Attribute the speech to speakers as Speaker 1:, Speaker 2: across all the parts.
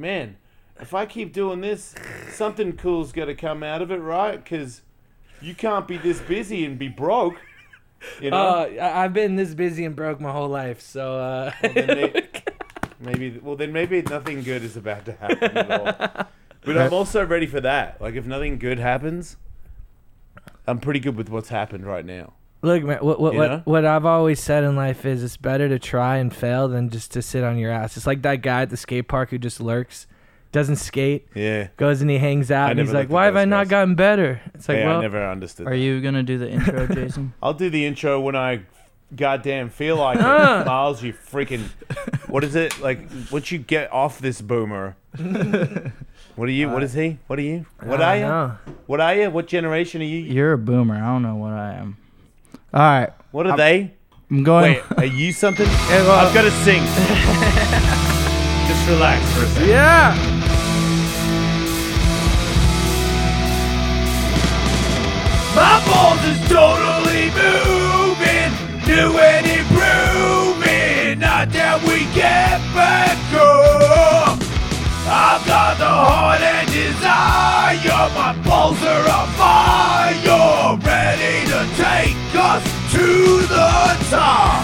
Speaker 1: man, if I keep doing this, something cool's got to come out of it, right? Because you can't be this busy and be broke. You know,
Speaker 2: Uh, I- I've been this busy and broke my whole life, so uh,
Speaker 1: then they- maybe. Well, then maybe nothing good is about to happen at all. But I'm also ready for that. Like, if nothing good happens, I'm pretty good with what's happened right now.
Speaker 2: look, man. What what,
Speaker 1: You know?
Speaker 2: what what I've always said in life is it's better to try and fail than just to sit on your ass. It's like that guy at the skate park who just lurks, doesn't skate,
Speaker 1: Yeah.
Speaker 2: goes and he hangs out,
Speaker 1: I
Speaker 2: and he's
Speaker 1: never
Speaker 2: like,
Speaker 1: looked at
Speaker 2: "Why have
Speaker 1: those
Speaker 2: I not
Speaker 1: guys.
Speaker 2: gotten better?" It's like,
Speaker 1: Hey,
Speaker 2: well,
Speaker 1: I never understood.
Speaker 3: Are
Speaker 1: that.
Speaker 3: you gonna do the intro, Jason?
Speaker 1: I'll do the intro when I goddamn feel like it.
Speaker 2: Ah.
Speaker 1: Miles, you freaking. What is it like? Once you get off this boomer, what are you? What is he? What are you? What
Speaker 2: Uh, I
Speaker 1: are
Speaker 2: don't
Speaker 1: you?
Speaker 2: know.
Speaker 1: What are you? What generation are you?
Speaker 3: You're a boomer. I don't know what I am. All right,
Speaker 1: What are they?
Speaker 3: I'm going.
Speaker 1: Wait, are you something?
Speaker 2: well-
Speaker 1: I've got to sing. Just relax for a second.
Speaker 2: Yeah.
Speaker 1: My balls is totally moving, new and improving. Not that we get back up. I've got the heart and desire. My balls are on fire, ready to take us to the top.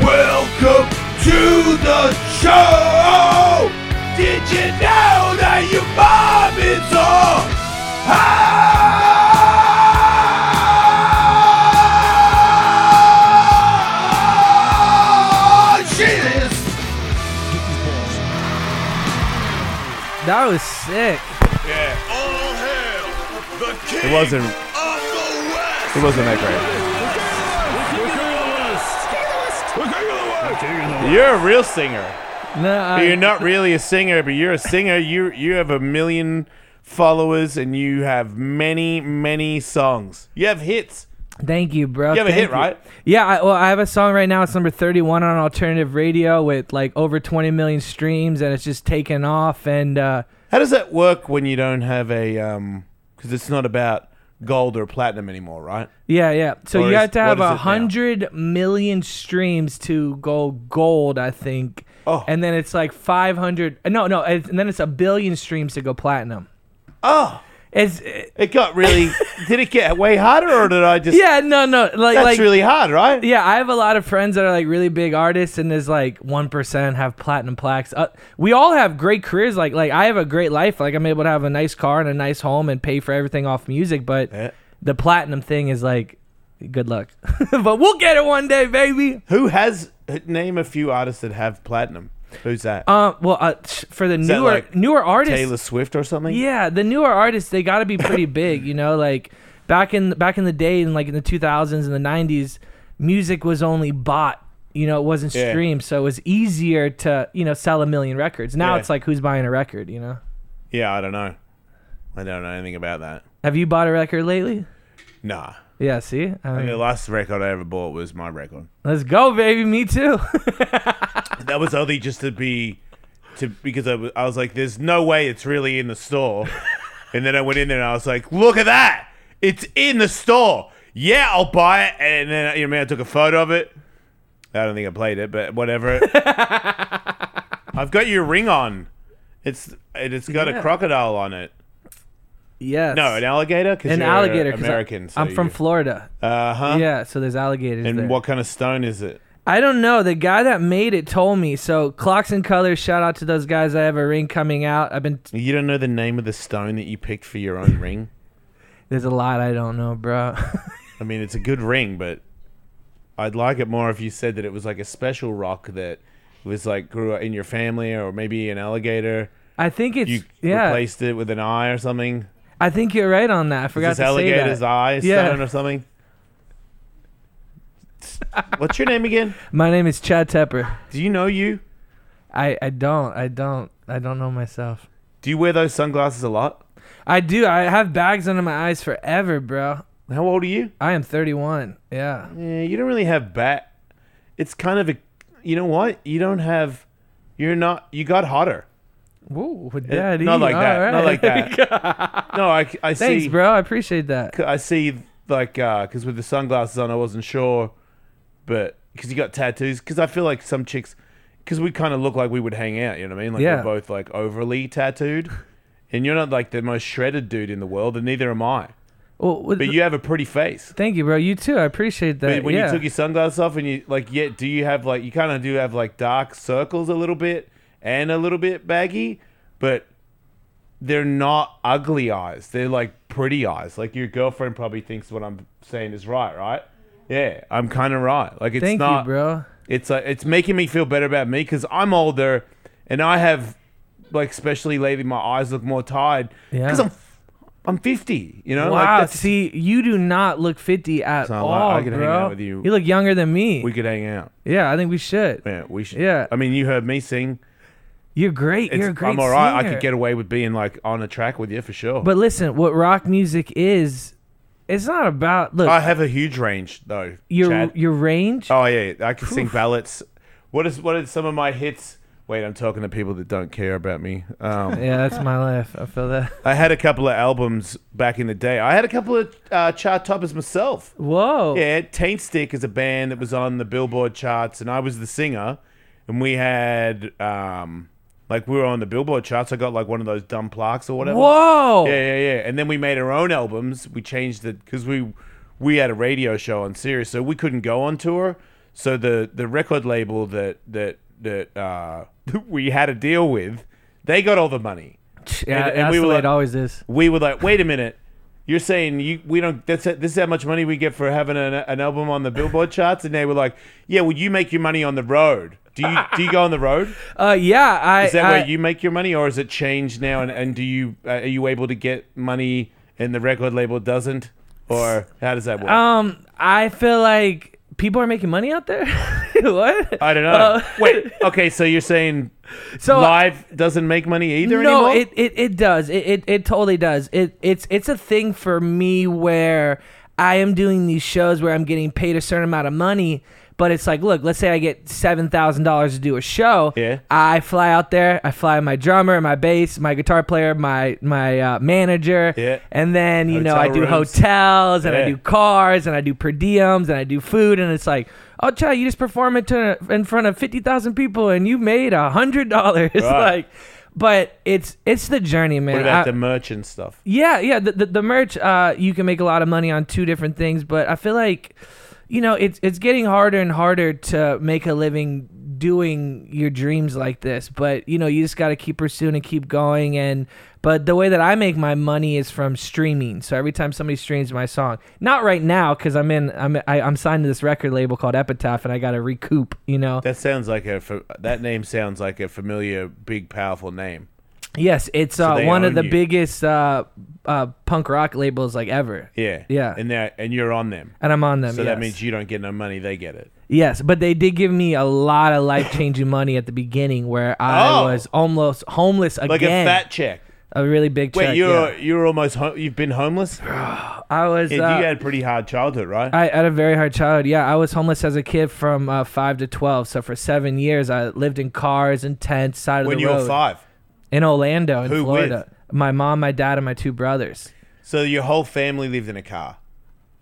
Speaker 1: Welcome to the show. Did you know that your mom is on? Ah!
Speaker 2: That was sick.
Speaker 1: It wasn't. It wasn't that great. You're a real singer.
Speaker 2: No, I,
Speaker 1: You're not really a singer, but you're a singer. You you have a million followers and you have many many songs. You have hits.
Speaker 2: thank you, bro.
Speaker 1: You have a
Speaker 2: Thank
Speaker 1: hit, right?
Speaker 2: Yeah, I, well, I have a song right now. It's number 31 on alternative radio with like over 20 million streams, and it's just taken off. And uh,
Speaker 1: How does that work when you don't have a um? Because it's not about gold or platinum anymore, right?
Speaker 2: yeah, yeah. So
Speaker 1: Or
Speaker 2: you
Speaker 1: is-
Speaker 2: have to
Speaker 1: what
Speaker 2: have
Speaker 1: is it
Speaker 2: a
Speaker 1: now?
Speaker 2: hundred million streams to go gold, I think.
Speaker 1: Oh.
Speaker 2: And then it's like 500. No, no, and then it's a billion streams to go platinum.
Speaker 1: Oh,
Speaker 2: It's uh,
Speaker 1: it got really. did it get way harder, or did I just?
Speaker 2: yeah, no, no, like
Speaker 1: that's
Speaker 2: like
Speaker 1: really hard, right?
Speaker 2: yeah, I have a lot of friends that are like really big artists, and there's like one percent have platinum plaques. Uh, we all have great careers. Like like I have a great life. Like I'm able to have a nice car and a nice home and pay for everything off music. But
Speaker 1: Yeah.
Speaker 2: the platinum thing is like, good luck. but we'll get it one day, baby.
Speaker 1: Who has name a few artists that have platinum? Who's that?
Speaker 2: Um, well, uh, t- for the
Speaker 1: that,
Speaker 2: newer
Speaker 1: like,
Speaker 2: newer artists,
Speaker 1: Taylor Swift or something?
Speaker 2: Yeah, the newer artists they got to be pretty big, you know. Like back in back in the day, in like in the two thousands and the nineties, music was only bought. You know, it wasn't
Speaker 1: Yeah.
Speaker 2: streamed, so it was easier to you know sell a million records. Now
Speaker 1: Yeah.
Speaker 2: it's like who's buying a record? You know,
Speaker 1: Yeah, I don't know. I don't know anything about that.
Speaker 2: have you bought a record lately?
Speaker 1: Nah.
Speaker 2: Yeah, see, I mean,
Speaker 1: The last record I ever bought was my record.
Speaker 2: let's go, baby. Me too.
Speaker 1: That was only just to be, to because I was, I was like, there's no way it's really in the store. and then I went in there and I was like, look at that, it's in the store. Yeah, I'll buy it. And then you know, man, I took a photo of it. I don't think I played it, but whatever. I've got your ring on. It's and it's got
Speaker 2: Yeah.
Speaker 1: a crocodile on it.
Speaker 2: yes.
Speaker 1: No, an alligator. 'Cause
Speaker 2: an
Speaker 1: you're
Speaker 2: alligator. 'cause I-
Speaker 1: American.
Speaker 2: I'm from Florida.
Speaker 1: Uh huh.
Speaker 2: Yeah, so there's alligators.
Speaker 1: And
Speaker 2: there.
Speaker 1: what kind of stone is it?
Speaker 2: I don't know. The guy that made it told me. So clocks and colors. Shout out to those guys. I have a ring coming out. I've been.
Speaker 1: You don't know the name of the stone that you picked for your own ring?
Speaker 2: There's a lot I don't know, bro.
Speaker 1: I mean, it's a good ring, but I'd like it more if you said that it was like a special rock that was like grew up in your family or maybe an alligator.
Speaker 2: I think it's
Speaker 1: You
Speaker 2: yeah.
Speaker 1: replaced it with an eye or something.
Speaker 2: I think you're right on that. I
Speaker 1: Is
Speaker 2: forgot
Speaker 1: this
Speaker 2: to say
Speaker 1: alligator's
Speaker 2: that.
Speaker 1: eye
Speaker 2: Yeah.
Speaker 1: stone or something? What's your name again?
Speaker 2: My name is Chad Tepper.
Speaker 1: Do you know you?
Speaker 2: I I don't I don't I don't know myself.
Speaker 1: Do you wear those sunglasses a lot?
Speaker 2: I do. I have bags under my eyes forever, bro.
Speaker 1: How old are you?
Speaker 2: I am 31. Yeah.
Speaker 1: Yeah, you don't really have bat. It's kind of a, you know what? You don't have, you're not. You got hotter.
Speaker 2: Whoa,
Speaker 1: It-
Speaker 2: daddy.
Speaker 1: Eh, not like that.
Speaker 2: all
Speaker 1: Not
Speaker 2: right.
Speaker 1: like that. no, I, I see.
Speaker 2: Thanks, bro. I appreciate that.
Speaker 1: I see like because with the sunglasses on, I wasn't sure, but because you got tattoos. Because I feel like some chicks, because we kind of look like we would hang out. You know what I mean? Like
Speaker 2: Yeah.
Speaker 1: we're both like overly tattooed, and you're not like the most shredded dude in the world, and neither am I.
Speaker 2: Well, with-
Speaker 1: But you have a pretty face.
Speaker 2: thank you, bro. You too. I appreciate that.
Speaker 1: But when
Speaker 2: yeah.
Speaker 1: you took your sunglasses off and you like, yeah, do you have like you kind of do have like dark circles a little bit and a little bit baggy, but they're not ugly eyes. They're like pretty eyes. Like your girlfriend probably thinks what I'm saying is right, right? Yeah, I'm kind of right. Like it's
Speaker 2: thank
Speaker 1: not.
Speaker 2: you, bro.
Speaker 1: It's like it's making me feel better about me because I'm older, and I have, like, especially lately, my eyes look more tired
Speaker 2: Yeah.
Speaker 1: because I'm, I'm 50. You know, like
Speaker 2: Wow,
Speaker 1: that's-
Speaker 2: see, you do not look 50 at
Speaker 1: So, I-
Speaker 2: all,
Speaker 1: I could hang
Speaker 2: bro.
Speaker 1: out with you.
Speaker 2: You look younger than me.
Speaker 1: we could hang out.
Speaker 2: yeah, I think we should.
Speaker 1: Yeah, we should.
Speaker 2: Yeah.
Speaker 1: I mean, you heard me sing.
Speaker 2: You're great.
Speaker 1: It's,
Speaker 2: You're a great
Speaker 1: I'm all right. I
Speaker 2: singer.
Speaker 1: could get away with being like on a track with you for sure.
Speaker 2: But listen, what rock music is, it's not about look
Speaker 1: I have a huge range though.
Speaker 2: your
Speaker 1: Chad.
Speaker 2: your range.
Speaker 1: Oh yeah, I can sing ballads. What is what is some of my hits? Wait, I'm talking to people that don't care about me. Um,
Speaker 2: Yeah, that's my life. I feel that.
Speaker 1: I had a couple of albums back in the day. I had a couple of uh, chart toppers myself.
Speaker 2: Whoa.
Speaker 1: Yeah, Taint Stick is a band that was on the Billboard charts, and I was the singer. And we had, um, like, we were on the Billboard charts. I got like one of those dumb plaques or whatever.
Speaker 2: Whoa.
Speaker 1: Yeah, yeah, yeah. And then we made our own albums. We changed it because we we had a radio show on Sirius, so we couldn't go on tour. So the the record label that that that uh, we had a deal with, they got all the money.
Speaker 2: Yeah,
Speaker 1: And- and
Speaker 2: that's
Speaker 1: we
Speaker 2: the
Speaker 1: were
Speaker 2: way
Speaker 1: like-
Speaker 2: it always is.
Speaker 1: we were like, wait a minute, you're saying you we don't that's it, this is how much money we get for having an, an album on the Billboard charts, and they were like, yeah, well you make your money on the road. Do you do you go on the road?
Speaker 2: Uh, yeah, I.
Speaker 1: Is that
Speaker 2: I-
Speaker 1: where you make your money, or is it changed now? And, and do you uh, are you able to get money and the record label doesn't, or how does that work?
Speaker 2: Um, I feel like people are making money out there. what?
Speaker 1: I don't know.
Speaker 2: uh,
Speaker 1: Wait, okay, so you're saying
Speaker 2: So
Speaker 1: live doesn't make money either
Speaker 2: no,
Speaker 1: anymore?
Speaker 2: it, it it does. It, it it totally does. It it's it's a thing for me where I am doing these shows where I'm getting paid a certain amount of money, but it's like, look, let's say I get seven thousand dollars to do a show.
Speaker 1: Yeah.
Speaker 2: I fly out there. I fly my drummer, my bass, my guitar player, my my uh, manager.
Speaker 1: Yeah.
Speaker 2: And then you know
Speaker 1: Hotel
Speaker 2: I do
Speaker 1: rooms.
Speaker 2: hotels and I
Speaker 1: Yeah.
Speaker 2: do cars and I do per diems and I do food and it's like. Oh, child, you just performed in to- in front of fifty thousand people, and you made a hundred dollars.
Speaker 1: Right.
Speaker 2: Like, but it's it's the journey, man.
Speaker 1: what about
Speaker 2: I-
Speaker 1: the merch and stuff?
Speaker 2: yeah, yeah. The, the the merch, uh, you can make a lot of money on two different things, but I feel like, you know, it's it's getting harder and harder to make a living doing your dreams like this. But you know, you just got to keep pursuing and keep going. And but the way that I make my money is from streaming. So every time somebody streams my song, not right now because I'm in I'm I, I'm signed to this record label called Epitaph, and I got to recoup. You know.
Speaker 1: That sounds like a fa- that name sounds like a familiar, big, powerful name.
Speaker 2: Yes, it's uh,
Speaker 1: they
Speaker 2: one of
Speaker 1: own
Speaker 2: the
Speaker 1: you.
Speaker 2: biggest uh, uh, punk rock labels like ever.
Speaker 1: Yeah.
Speaker 2: Yeah.
Speaker 1: And that and you're on them.
Speaker 2: And I'm on them.
Speaker 1: So
Speaker 2: yes.
Speaker 1: that means you don't get no money, they get it.
Speaker 2: yes, but they did give me a lot of life changing money at the beginning, where I
Speaker 1: Oh.
Speaker 2: was almost homeless again.
Speaker 1: Like a fat check.
Speaker 2: A really big
Speaker 1: Wait,
Speaker 2: check.
Speaker 1: you're
Speaker 2: yeah.
Speaker 1: you're almost ho- you've been homeless? Yeah,
Speaker 2: I was. uh,
Speaker 1: you had a pretty hard childhood, right?
Speaker 2: I had a very hard childhood. Yeah, I was homeless as a kid from uh, five to twelve. So for seven years, I lived in cars and tents, side
Speaker 1: when
Speaker 2: of the
Speaker 1: you
Speaker 2: road
Speaker 1: were 5.
Speaker 2: in Orlando, in
Speaker 1: Who
Speaker 2: Florida. My mom, my dad, and my two brothers.
Speaker 1: So your whole family lived in a car.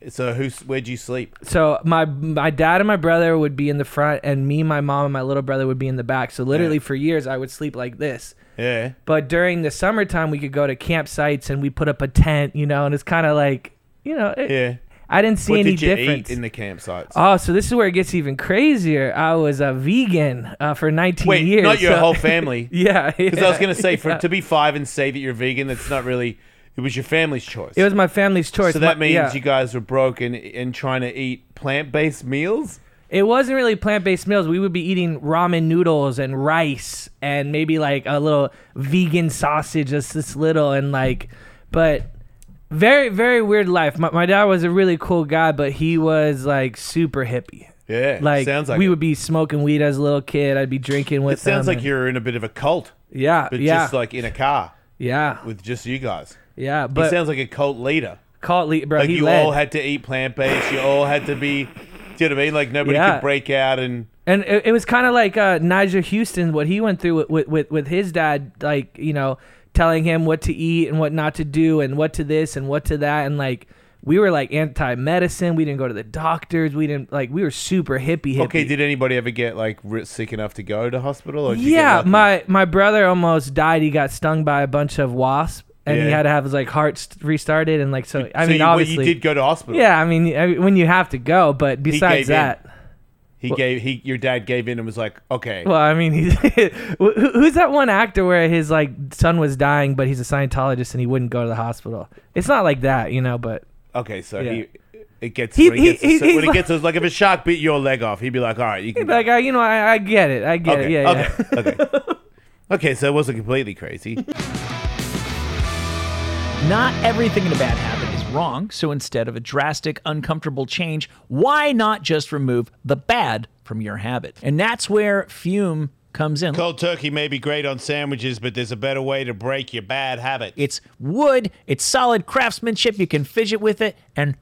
Speaker 1: So who's where'd you sleep?
Speaker 2: so my my dad and my brother would be in the front and me my mom and my little brother would be in the back so literally
Speaker 1: Yeah.
Speaker 2: for years i would sleep like this
Speaker 1: Yeah.
Speaker 2: but during the summertime we could go to campsites and we put up a tent you know and it's kind of like you know it,
Speaker 1: Yeah.
Speaker 2: i didn't see
Speaker 1: What
Speaker 2: any
Speaker 1: did you
Speaker 2: difference
Speaker 1: eat in the campsites?
Speaker 2: oh so this is where it gets even crazier i was a vegan uh, for 19
Speaker 1: Wait,
Speaker 2: years
Speaker 1: not your
Speaker 2: so-
Speaker 1: whole family.
Speaker 2: yeah because
Speaker 1: Cuz I was going to say for to be 5 and say that you're vegan, that's not really it was your family's choice.
Speaker 2: it was my family's choice
Speaker 1: so that
Speaker 2: My-
Speaker 1: means
Speaker 2: yeah.
Speaker 1: you guys were broke and, and trying to eat plant-based meals?
Speaker 2: It wasn't really plant based meals. We would be eating ramen noodles and rice and maybe like a little vegan sausage, just this little and like, but very, very weird life. My, my dad was a really cool guy, but he was like super hippie.
Speaker 1: Yeah.
Speaker 2: Like,
Speaker 1: sounds like
Speaker 2: we
Speaker 1: it.
Speaker 2: would be smoking weed as a little kid. I'd be drinking with
Speaker 1: It sounds
Speaker 2: him
Speaker 1: like
Speaker 2: and-
Speaker 1: you're in a bit of a cult,
Speaker 2: yeah,
Speaker 1: but
Speaker 2: yeah,
Speaker 1: just like in a car
Speaker 2: yeah,
Speaker 1: with just you guys.
Speaker 2: yeah.
Speaker 1: He
Speaker 2: But
Speaker 1: sounds like a cult leader.
Speaker 2: call it, bro.
Speaker 1: Like
Speaker 2: he
Speaker 1: you
Speaker 2: led.
Speaker 1: all had to eat plant based. You all had to be. Do you know what I mean? Like nobody
Speaker 2: Yeah.
Speaker 1: could break out and
Speaker 2: and it, it was kind of like uh, Nigel Houston, what he went through with, with, with, with his dad, like you know, telling him what to eat and what not to do, and what to this and what to that, and like we were like anti medicine. We didn't go to the doctors. We didn't like we were super hippie. hippie.
Speaker 1: Okay, did anybody ever get like ri- sick enough to go to hospital? Or did you get
Speaker 2: yeah,
Speaker 1: nothing?
Speaker 2: my my brother almost died. He got stung by a bunch of wasps, and he
Speaker 1: Yeah.
Speaker 2: had to have his like heart st- restarted. And like so, I
Speaker 1: So
Speaker 2: mean,
Speaker 1: you, well,
Speaker 2: obviously,
Speaker 1: you did go to hospital.
Speaker 2: yeah. I mean, I, when you have to go, but
Speaker 1: gave
Speaker 2: besides
Speaker 1: in.
Speaker 2: that,
Speaker 1: he gave he your dad gave in and was like, okay,
Speaker 2: well, I mean, he's, who- who's that one actor where his like son was dying, but he's a Scientologist and he wouldn't go to the hospital? It's not like that, you know. But
Speaker 1: okay, so
Speaker 2: Yeah.
Speaker 1: he. It gets
Speaker 2: He-
Speaker 1: when it
Speaker 2: he-
Speaker 1: gets, to-
Speaker 2: he-
Speaker 1: so- when
Speaker 2: he's
Speaker 1: it gets to- like if a shark bit your leg off, he'd be like, "All right, you can." go."
Speaker 2: like, I, you know, I, I get it. I get
Speaker 1: okay,
Speaker 2: it. Yeah, yeah.
Speaker 1: okay, okay, okay. So it wasn't completely crazy.
Speaker 4: Not everything in a bad habit is wrong, so instead of a drastic, uncomfortable change, why not just remove the bad from your habit? And that's where fume comes in.
Speaker 1: Cold turkey may be great on sandwiches, but there's a better way to break your bad habit.
Speaker 4: It's wood, it's solid craftsmanship, you can fidget with it, and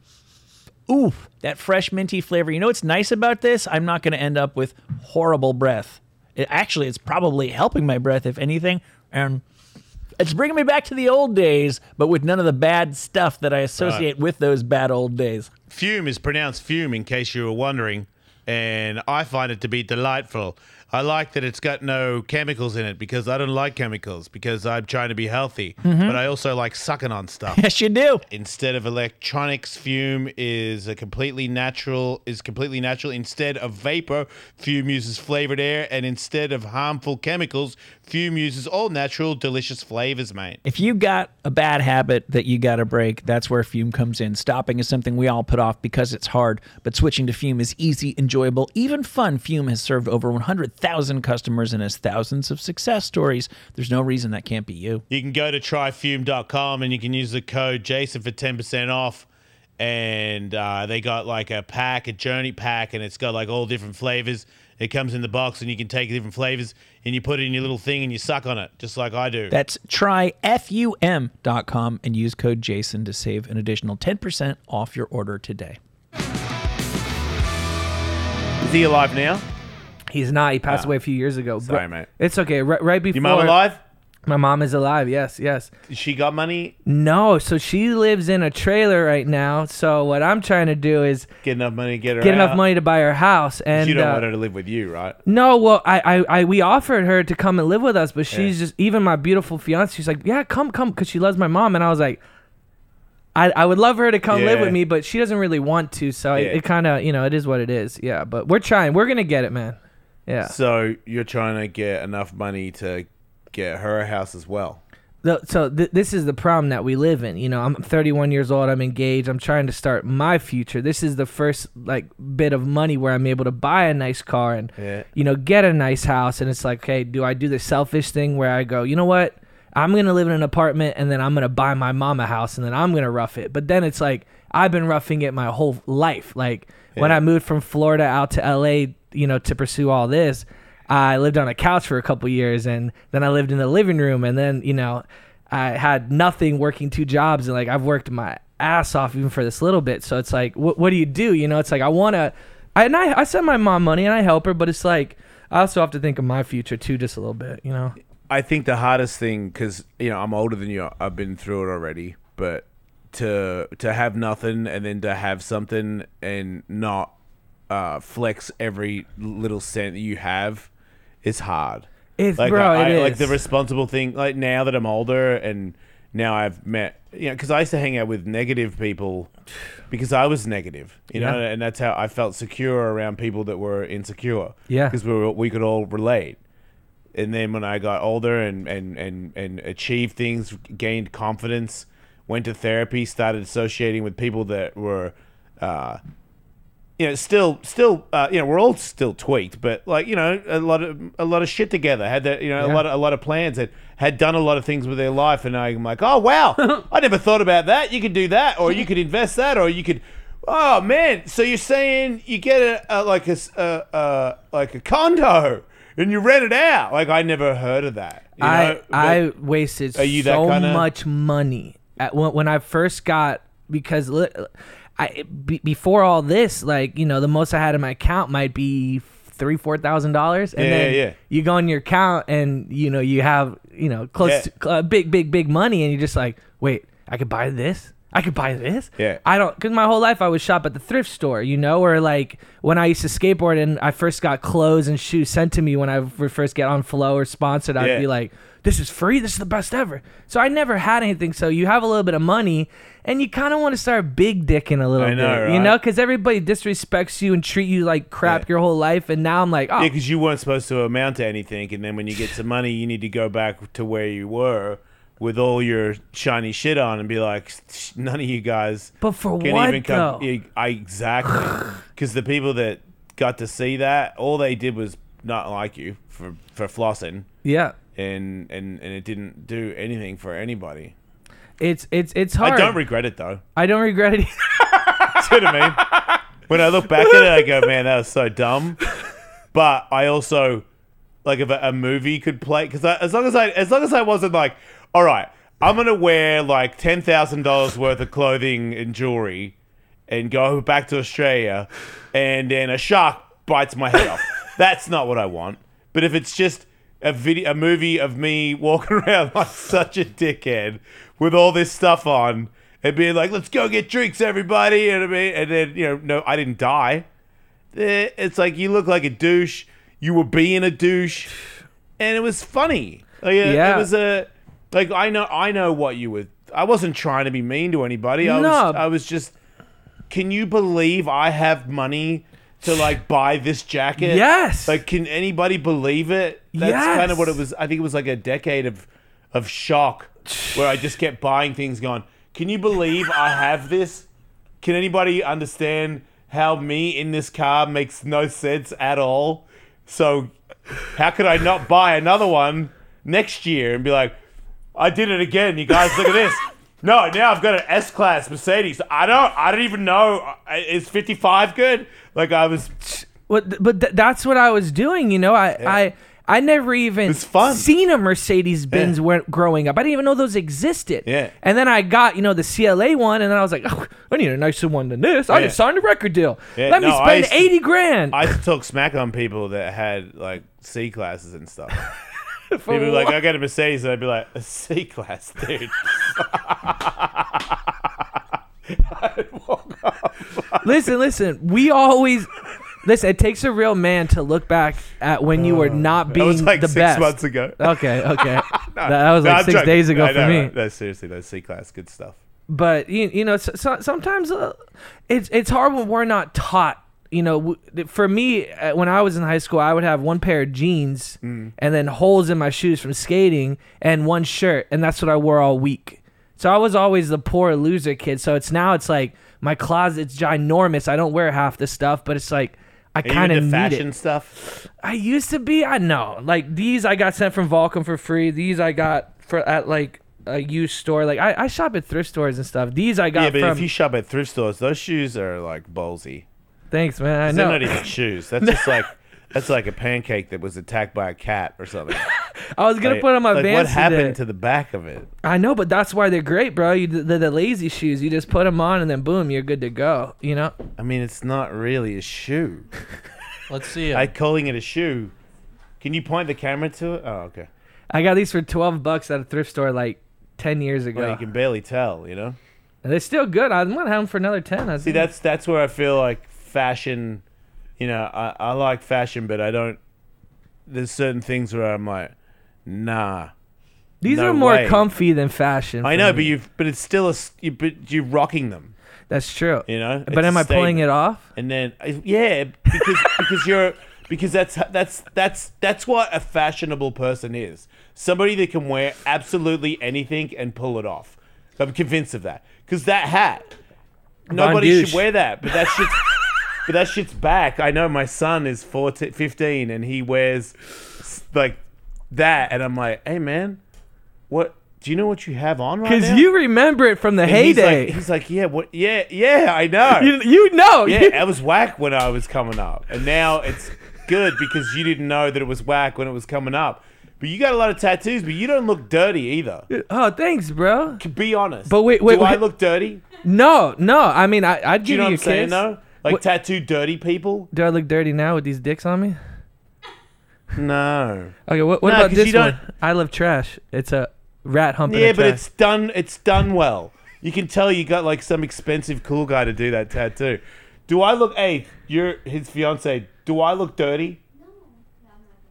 Speaker 4: ooh, that fresh minty flavor. You know what's nice about this? I'm not going to end up with horrible breath. It, actually, it's probably helping my breath, if anything, and it's bringing me back to the old days, but with none of the bad stuff that I associate with those bad old days.
Speaker 1: Fume is pronounced fume, in case you were wondering, and I find it to be delightful. I like that it's got no chemicals in it because I don't like chemicals because I'm trying to be healthy, but I also like sucking on stuff.
Speaker 4: Yes, you do.
Speaker 1: Instead of electronics, fume is a completely natural is completely natural. Instead of vapor, fume uses flavored air, and instead of harmful chemicals, fume uses all natural, delicious flavors, mate.
Speaker 4: If you got a bad habit that you got to break, that's where fume comes in. Stopping is something we all put off because it's hard, but switching to fume is easy, enjoyable, even fun. Fume has served over 100,000 customers and has thousands of success stories. There's no reason that can't be you.
Speaker 1: You can go to tryfume.com and you can use the code Jason for 10% off. And uh, they got like a pack, a journey pack, and it's got like all different flavors. It comes in the box and you can take different flavors and you put it in your little thing and you suck on it, just like I do.
Speaker 4: That's tryfum.com and use code Jason to save an additional 10% off your order today.
Speaker 1: Is he alive now?
Speaker 2: He's not. He passed away a few years ago.
Speaker 1: Ah. Sorry,
Speaker 2: But
Speaker 1: mate.
Speaker 2: It's okay. Right, right before
Speaker 1: Your mom alive?
Speaker 2: my mom is alive. Yes, yes.
Speaker 1: She got money?
Speaker 2: No, so she lives in a trailer right now. So what I'm trying to do is
Speaker 1: Get enough money to get her
Speaker 2: get enough
Speaker 1: out?
Speaker 2: money to buy her house. And
Speaker 1: You don't
Speaker 2: uh,
Speaker 1: want her to live with you, right?
Speaker 2: no, well, I, I, I, we offered her to come and live with us, but she's just even my beautiful fiance. She's like, yeah, come, come, because she loves my mom. And I was like, I, I would love her to come live
Speaker 1: Yeah.
Speaker 2: with me, but she doesn't really want to. So
Speaker 1: Yeah.
Speaker 2: it, it kind of, you know, it is what it is. Yeah, but we're trying. We're gonna get it, man. Yeah.
Speaker 1: So you're trying to get enough money to get her a house as well.
Speaker 2: the, so th- this is the problem that we live in. You know, I'm 31 years old. I'm engaged. I'm trying to start my future. This is the first like bit of money where I'm able to buy a nice car and
Speaker 1: Yeah.
Speaker 2: you know get a nice house. And it's like, okay, do I do the selfish thing where I go, you know what? I'm gonna live in an apartment and then I'm gonna buy my mom a house and then I'm gonna rough it. But then it's like I've been roughing it my whole life. Like when I moved from Florida out to LA, you know, to pursue all this, I lived on a couch for a couple years and then I lived in the living room and then, you know, I had nothing working two jobs and like I've worked my ass off even for this little bit. So it's like what what do you do? You know, it's like I want to I, and I I send my mom money and I help her, but it's like I also have to think of my future too just a little bit, you know.
Speaker 1: I think the hardest thing because you know I'm older than you. I've been through it already, but to to have nothing and then to have something and not uh, flex every little cent that you have is hard.
Speaker 2: It's
Speaker 1: like,
Speaker 2: bro,
Speaker 1: I,
Speaker 2: it
Speaker 1: I-
Speaker 2: is.
Speaker 1: like the responsible thing. Like now that I'm older and now I've met, you know, because I used to hang out with negative people because I was negative, you know,
Speaker 2: Yeah.
Speaker 1: and that's how I felt secure around people that were insecure.
Speaker 2: Yeah.
Speaker 1: because we were, we could all relate. And then when I got older and and and and achieved things, gained confidence, went to therapy, started associating with people that were. Uh, you know, still, still, uh, you know, we're all still tweaked, but like, you know, a lot of a lot of shit together. Had that, you know, a
Speaker 2: Yeah.
Speaker 1: lot of a lot of plans and had done a lot of things with their life, and I'm like, oh wow, I never thought about that. You could do that, or you could invest that, or you could. Oh man, so you're saying you get a, a like a, s- a- a- like a condo and you rent it out? Like I never heard of that. you know? But-
Speaker 2: I I wasted
Speaker 1: Are you that
Speaker 2: so
Speaker 1: kinda-
Speaker 2: much money at, when, when I first got because li- I be, before all this like you know the most I had in my account might be three four thousand dollars and
Speaker 1: Yeah,
Speaker 2: then
Speaker 1: yeah, yeah.
Speaker 2: you go on your account and you know you have you know close
Speaker 1: Yeah.
Speaker 2: to, uh, big big big money and you're just like wait I could buy this I could buy this.
Speaker 1: Yeah.
Speaker 2: I don't, because my whole life I would shop at the thrift store, you know, or like when I used to skateboard and I first got clothes and shoes sent to me when I would first get on Flow or sponsored, I'd
Speaker 1: Yeah.
Speaker 2: be like, this is free. This is the best ever. So I never had anything. So you have a little bit of money and you kind of want to start big dicking a little
Speaker 1: I know,
Speaker 2: bit,
Speaker 1: right?
Speaker 2: you know, because everybody disrespects you and treat you like crap
Speaker 1: Yeah.
Speaker 2: your whole life. And now I'm like, oh,
Speaker 1: Yeah, because you weren't supposed to amount to anything, and then when you get some money, you need to go back to where you were with all your shiny shit on and be like, none of you guys
Speaker 2: but for
Speaker 1: can
Speaker 2: what
Speaker 1: even come.
Speaker 2: though?
Speaker 1: Yeah, I exactly because the people that got to see that, all they did was not like you for for flossing,
Speaker 2: yeah.
Speaker 1: and and and it didn't do anything for anybody.
Speaker 2: It's it's it's hard.
Speaker 1: I don't regret it though.
Speaker 2: I don't regret it.
Speaker 1: See what I mean? When I look back at it, I go, man, that was so dumb. But I also, like, if a, a movie could play, because as long as I, as long as I wasn't like, all right, I'm gonna wear like ten thousand dollars worth of clothing and jewelry, and go back to Australia, and then a shark bites my head off. That's not what I want. But if it's just a video, a movie of me walking around like such a dickhead with all this stuff on and being like, "Let's go get drinks, everybody," and I mean, and then you know, no, I didn't die. Eh, It's like you look like a douche. You were being a douche, and it was funny. Like, it-
Speaker 2: Yeah.
Speaker 1: it was a like I know I know what you were. I wasn't trying to be mean to anybody. I was
Speaker 2: No.
Speaker 1: I was just. Can you believe I have money to like buy this jacket?
Speaker 2: Yes.
Speaker 1: Like, can anybody believe it? That's
Speaker 2: Yes.
Speaker 1: kind of what it was. I think it was like a decade of of shock where I just kept buying things. Going, can you believe I have this? Can anybody understand how me in this car makes no sense at all? So, how could I not buy another one next year and be like, I did it again, you guys. Look at this. No, now I've got an S class Mercedes. I don't. I don't even know. I- Is fifty five good? Like I was.
Speaker 2: But but th- that's what I was doing, you know. I I I never even
Speaker 1: It's fun.
Speaker 2: seen a Mercedes Benz
Speaker 1: Yeah.
Speaker 2: when growing up. I didn't even know those existed.
Speaker 1: Yeah.
Speaker 2: And then I got you know the CLA one, and then I was like, oh, I need a nicer one than this. I
Speaker 1: Yeah.
Speaker 2: just signed a record deal.
Speaker 1: Yeah,
Speaker 2: Let me
Speaker 1: no, I
Speaker 2: spend
Speaker 1: used to-
Speaker 2: eighty grand.
Speaker 1: I used to talk smack on people that had like C classes and stuff.
Speaker 2: for
Speaker 1: People were
Speaker 2: what?
Speaker 1: like, I got a Mercedes, and I'd be like, a C class, dude.
Speaker 2: listen, listen. We always listen. It takes a real man to look back at when you were not
Speaker 1: Uh, That
Speaker 2: being
Speaker 1: was like
Speaker 2: the
Speaker 1: six
Speaker 2: best.
Speaker 1: months ago.
Speaker 2: Okay, okay. that, that was like
Speaker 1: No, I'm
Speaker 2: six
Speaker 1: joking.
Speaker 2: days ago
Speaker 1: I
Speaker 2: for
Speaker 1: know,
Speaker 2: me.
Speaker 1: right? No, seriously, though, C class, good stuff.
Speaker 2: but you, you know so, so, sometimes uh, it's it's hard when we're not taught you know w- th- for me uh, when i was in high school i would have one pair of jeans and then holes in my shoes from skating and one shirt and that's what i wore all week so i was always the poor loser kid so it's now it's like my closet's ginormous i don't wear half the stuff but it's like i
Speaker 1: Are you
Speaker 2: kind of
Speaker 1: into
Speaker 2: need
Speaker 1: fashion
Speaker 2: it
Speaker 1: stuff?
Speaker 2: i used to be i know like these i got sent from Volcom for free these i got for at like a used store like I, I shop at thrift stores and stuff these i got
Speaker 1: Yeah, but
Speaker 2: from
Speaker 1: if you shop at thrift stores, those shoes are like ballsy.
Speaker 2: Thanks, man. I
Speaker 1: They're
Speaker 2: know.
Speaker 1: not e- even shoes. That's just like that's like a pancake that was attacked by a cat or something.
Speaker 2: I was gonna
Speaker 1: Like-
Speaker 2: put on my
Speaker 1: like,
Speaker 2: Vans.
Speaker 1: What happened
Speaker 2: today.
Speaker 1: to the back of it?
Speaker 2: I know, but that's why they're great, bro. You the, the lazy shoes. You just put them on, and then boom, you're good to go. You know.
Speaker 1: I mean, it's not really a shoe.
Speaker 5: Let's see.
Speaker 1: I calling it a shoe. Can you point the camera to it? Oh, okay.
Speaker 2: I got these for twelve bucks at a thrift store like ten years ago.
Speaker 1: Well, you can barely tell, you know.
Speaker 2: and they're still good. I'm gonna have them for another ten. I
Speaker 1: See, that's that's where I feel like fashion. You know, I, I like fashion, but I don't. There's certain things where I'm like, nah.
Speaker 2: these
Speaker 1: no
Speaker 2: are more
Speaker 1: way.
Speaker 2: comfy than fashion.
Speaker 1: I
Speaker 2: for
Speaker 1: know,
Speaker 2: me.
Speaker 5: Mm.
Speaker 1: but you've but it's still a s- you, but you're rocking them,
Speaker 2: that's true.
Speaker 1: you know.
Speaker 2: but am I pulling it off?
Speaker 1: And then I- yeah, because because you're because that's that's that's that's what a fashionable person is. Somebody that can wear absolutely anything and pull it off. I'm convinced of that. Because that hat, nobody
Speaker 2: Douche.
Speaker 1: should wear that. But that shit's but that shit's back. I know my son is 14, 15 and he wears s- like that, and I'm like, hey man, what? Do you know what you have on right now?
Speaker 2: Because you remember it from the
Speaker 1: And he's like-
Speaker 2: heyday.
Speaker 1: He's like, yeah, what? Yeah, yeah, I know
Speaker 2: you, you know.
Speaker 1: yeah, that was whack when I was coming up, and now it's good because you didn't know that it was whack when it was coming up. But you got a lot of tattoos, but you don't look dirty either.
Speaker 2: oh, thanks, bro.
Speaker 1: To be honest.
Speaker 2: But wait, wait,
Speaker 1: do I
Speaker 2: wait.
Speaker 1: look dirty?
Speaker 2: No, no. I mean, I, I'd
Speaker 1: Do
Speaker 2: give
Speaker 1: you know what
Speaker 2: you
Speaker 1: I'm
Speaker 2: a
Speaker 1: saying?
Speaker 2: kiss.
Speaker 1: though? like
Speaker 2: What-
Speaker 1: tattoo dirty people?
Speaker 2: Do I look dirty now with these dicks on me?
Speaker 1: No.
Speaker 2: Okay, what, what
Speaker 1: No,
Speaker 2: about
Speaker 1: 'cause you
Speaker 2: this
Speaker 1: don't-
Speaker 2: one? I love trash. It's a rat hump. and
Speaker 1: Yeah,
Speaker 2: a
Speaker 1: but
Speaker 2: trash.
Speaker 1: it's done. It's done well. You can tell you got like some expensive cool guy to do that tattoo. Do I look? Hey, you're his fiance. Do I look dirty?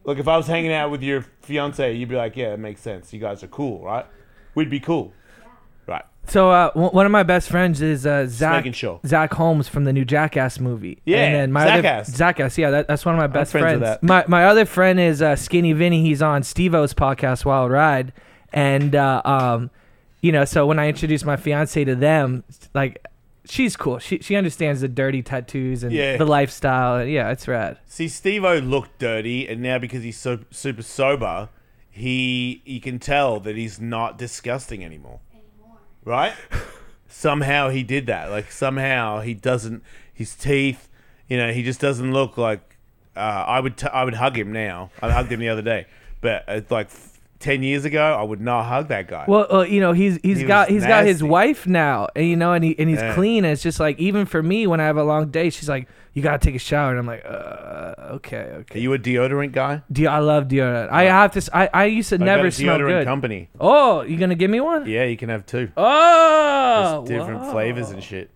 Speaker 1: Like if I was hanging out with your fiance, you'd be like, yeah, that makes sense. You guys are cool, right? We'd be cool, right?
Speaker 2: So uh, w- one of my best friends is uh, Zach
Speaker 1: making sure.
Speaker 2: Zach Holmes from the new Jackass movie.
Speaker 1: Yeah,
Speaker 2: and then my
Speaker 1: Zackass.
Speaker 2: Other, Zackass. Yeah, that, that's one of my best
Speaker 1: friends with
Speaker 2: friends. My my other friend is uh, Skinny Vinny. He's on Steve-O's podcast Wild Ride, and uh, um, you know, so when I introduced my fiance to them, like, she's cool. She she understands the dirty tattoos and
Speaker 1: Yeah.
Speaker 2: the lifestyle. And yeah, it's rad.
Speaker 1: See, Steve O looked dirty, and now because he's so super sober, he you can tell that he's not disgusting anymore. Right? somehow he did that. Like somehow he doesn't. His teeth, you know, he just doesn't look like. Uh, I would t- I would hug him now. I hugged him the other day, but uh, like f- ten years ago, I would not hug that guy.
Speaker 2: Well, uh, you know, he's he's
Speaker 1: He
Speaker 2: got
Speaker 1: was
Speaker 2: he's got his
Speaker 1: nasty.
Speaker 2: wife now, and you know, and he and he's
Speaker 1: Yeah.
Speaker 2: clean. And it's just like even for me when I have a long day, she's like, "You gotta take a shower," and I'm like, uh, "Okay,
Speaker 1: Are
Speaker 2: okay."
Speaker 1: you a deodorant guy?
Speaker 2: De- I love deodorant. I have to. s- I, I used to
Speaker 1: I
Speaker 2: never
Speaker 1: got a
Speaker 2: smell
Speaker 1: deodorant
Speaker 2: good.
Speaker 1: company.
Speaker 2: oh, you gonna give me one?
Speaker 1: Yeah, you can have two.
Speaker 2: Oh,
Speaker 1: There's different
Speaker 2: whoa,
Speaker 1: flavors and shit.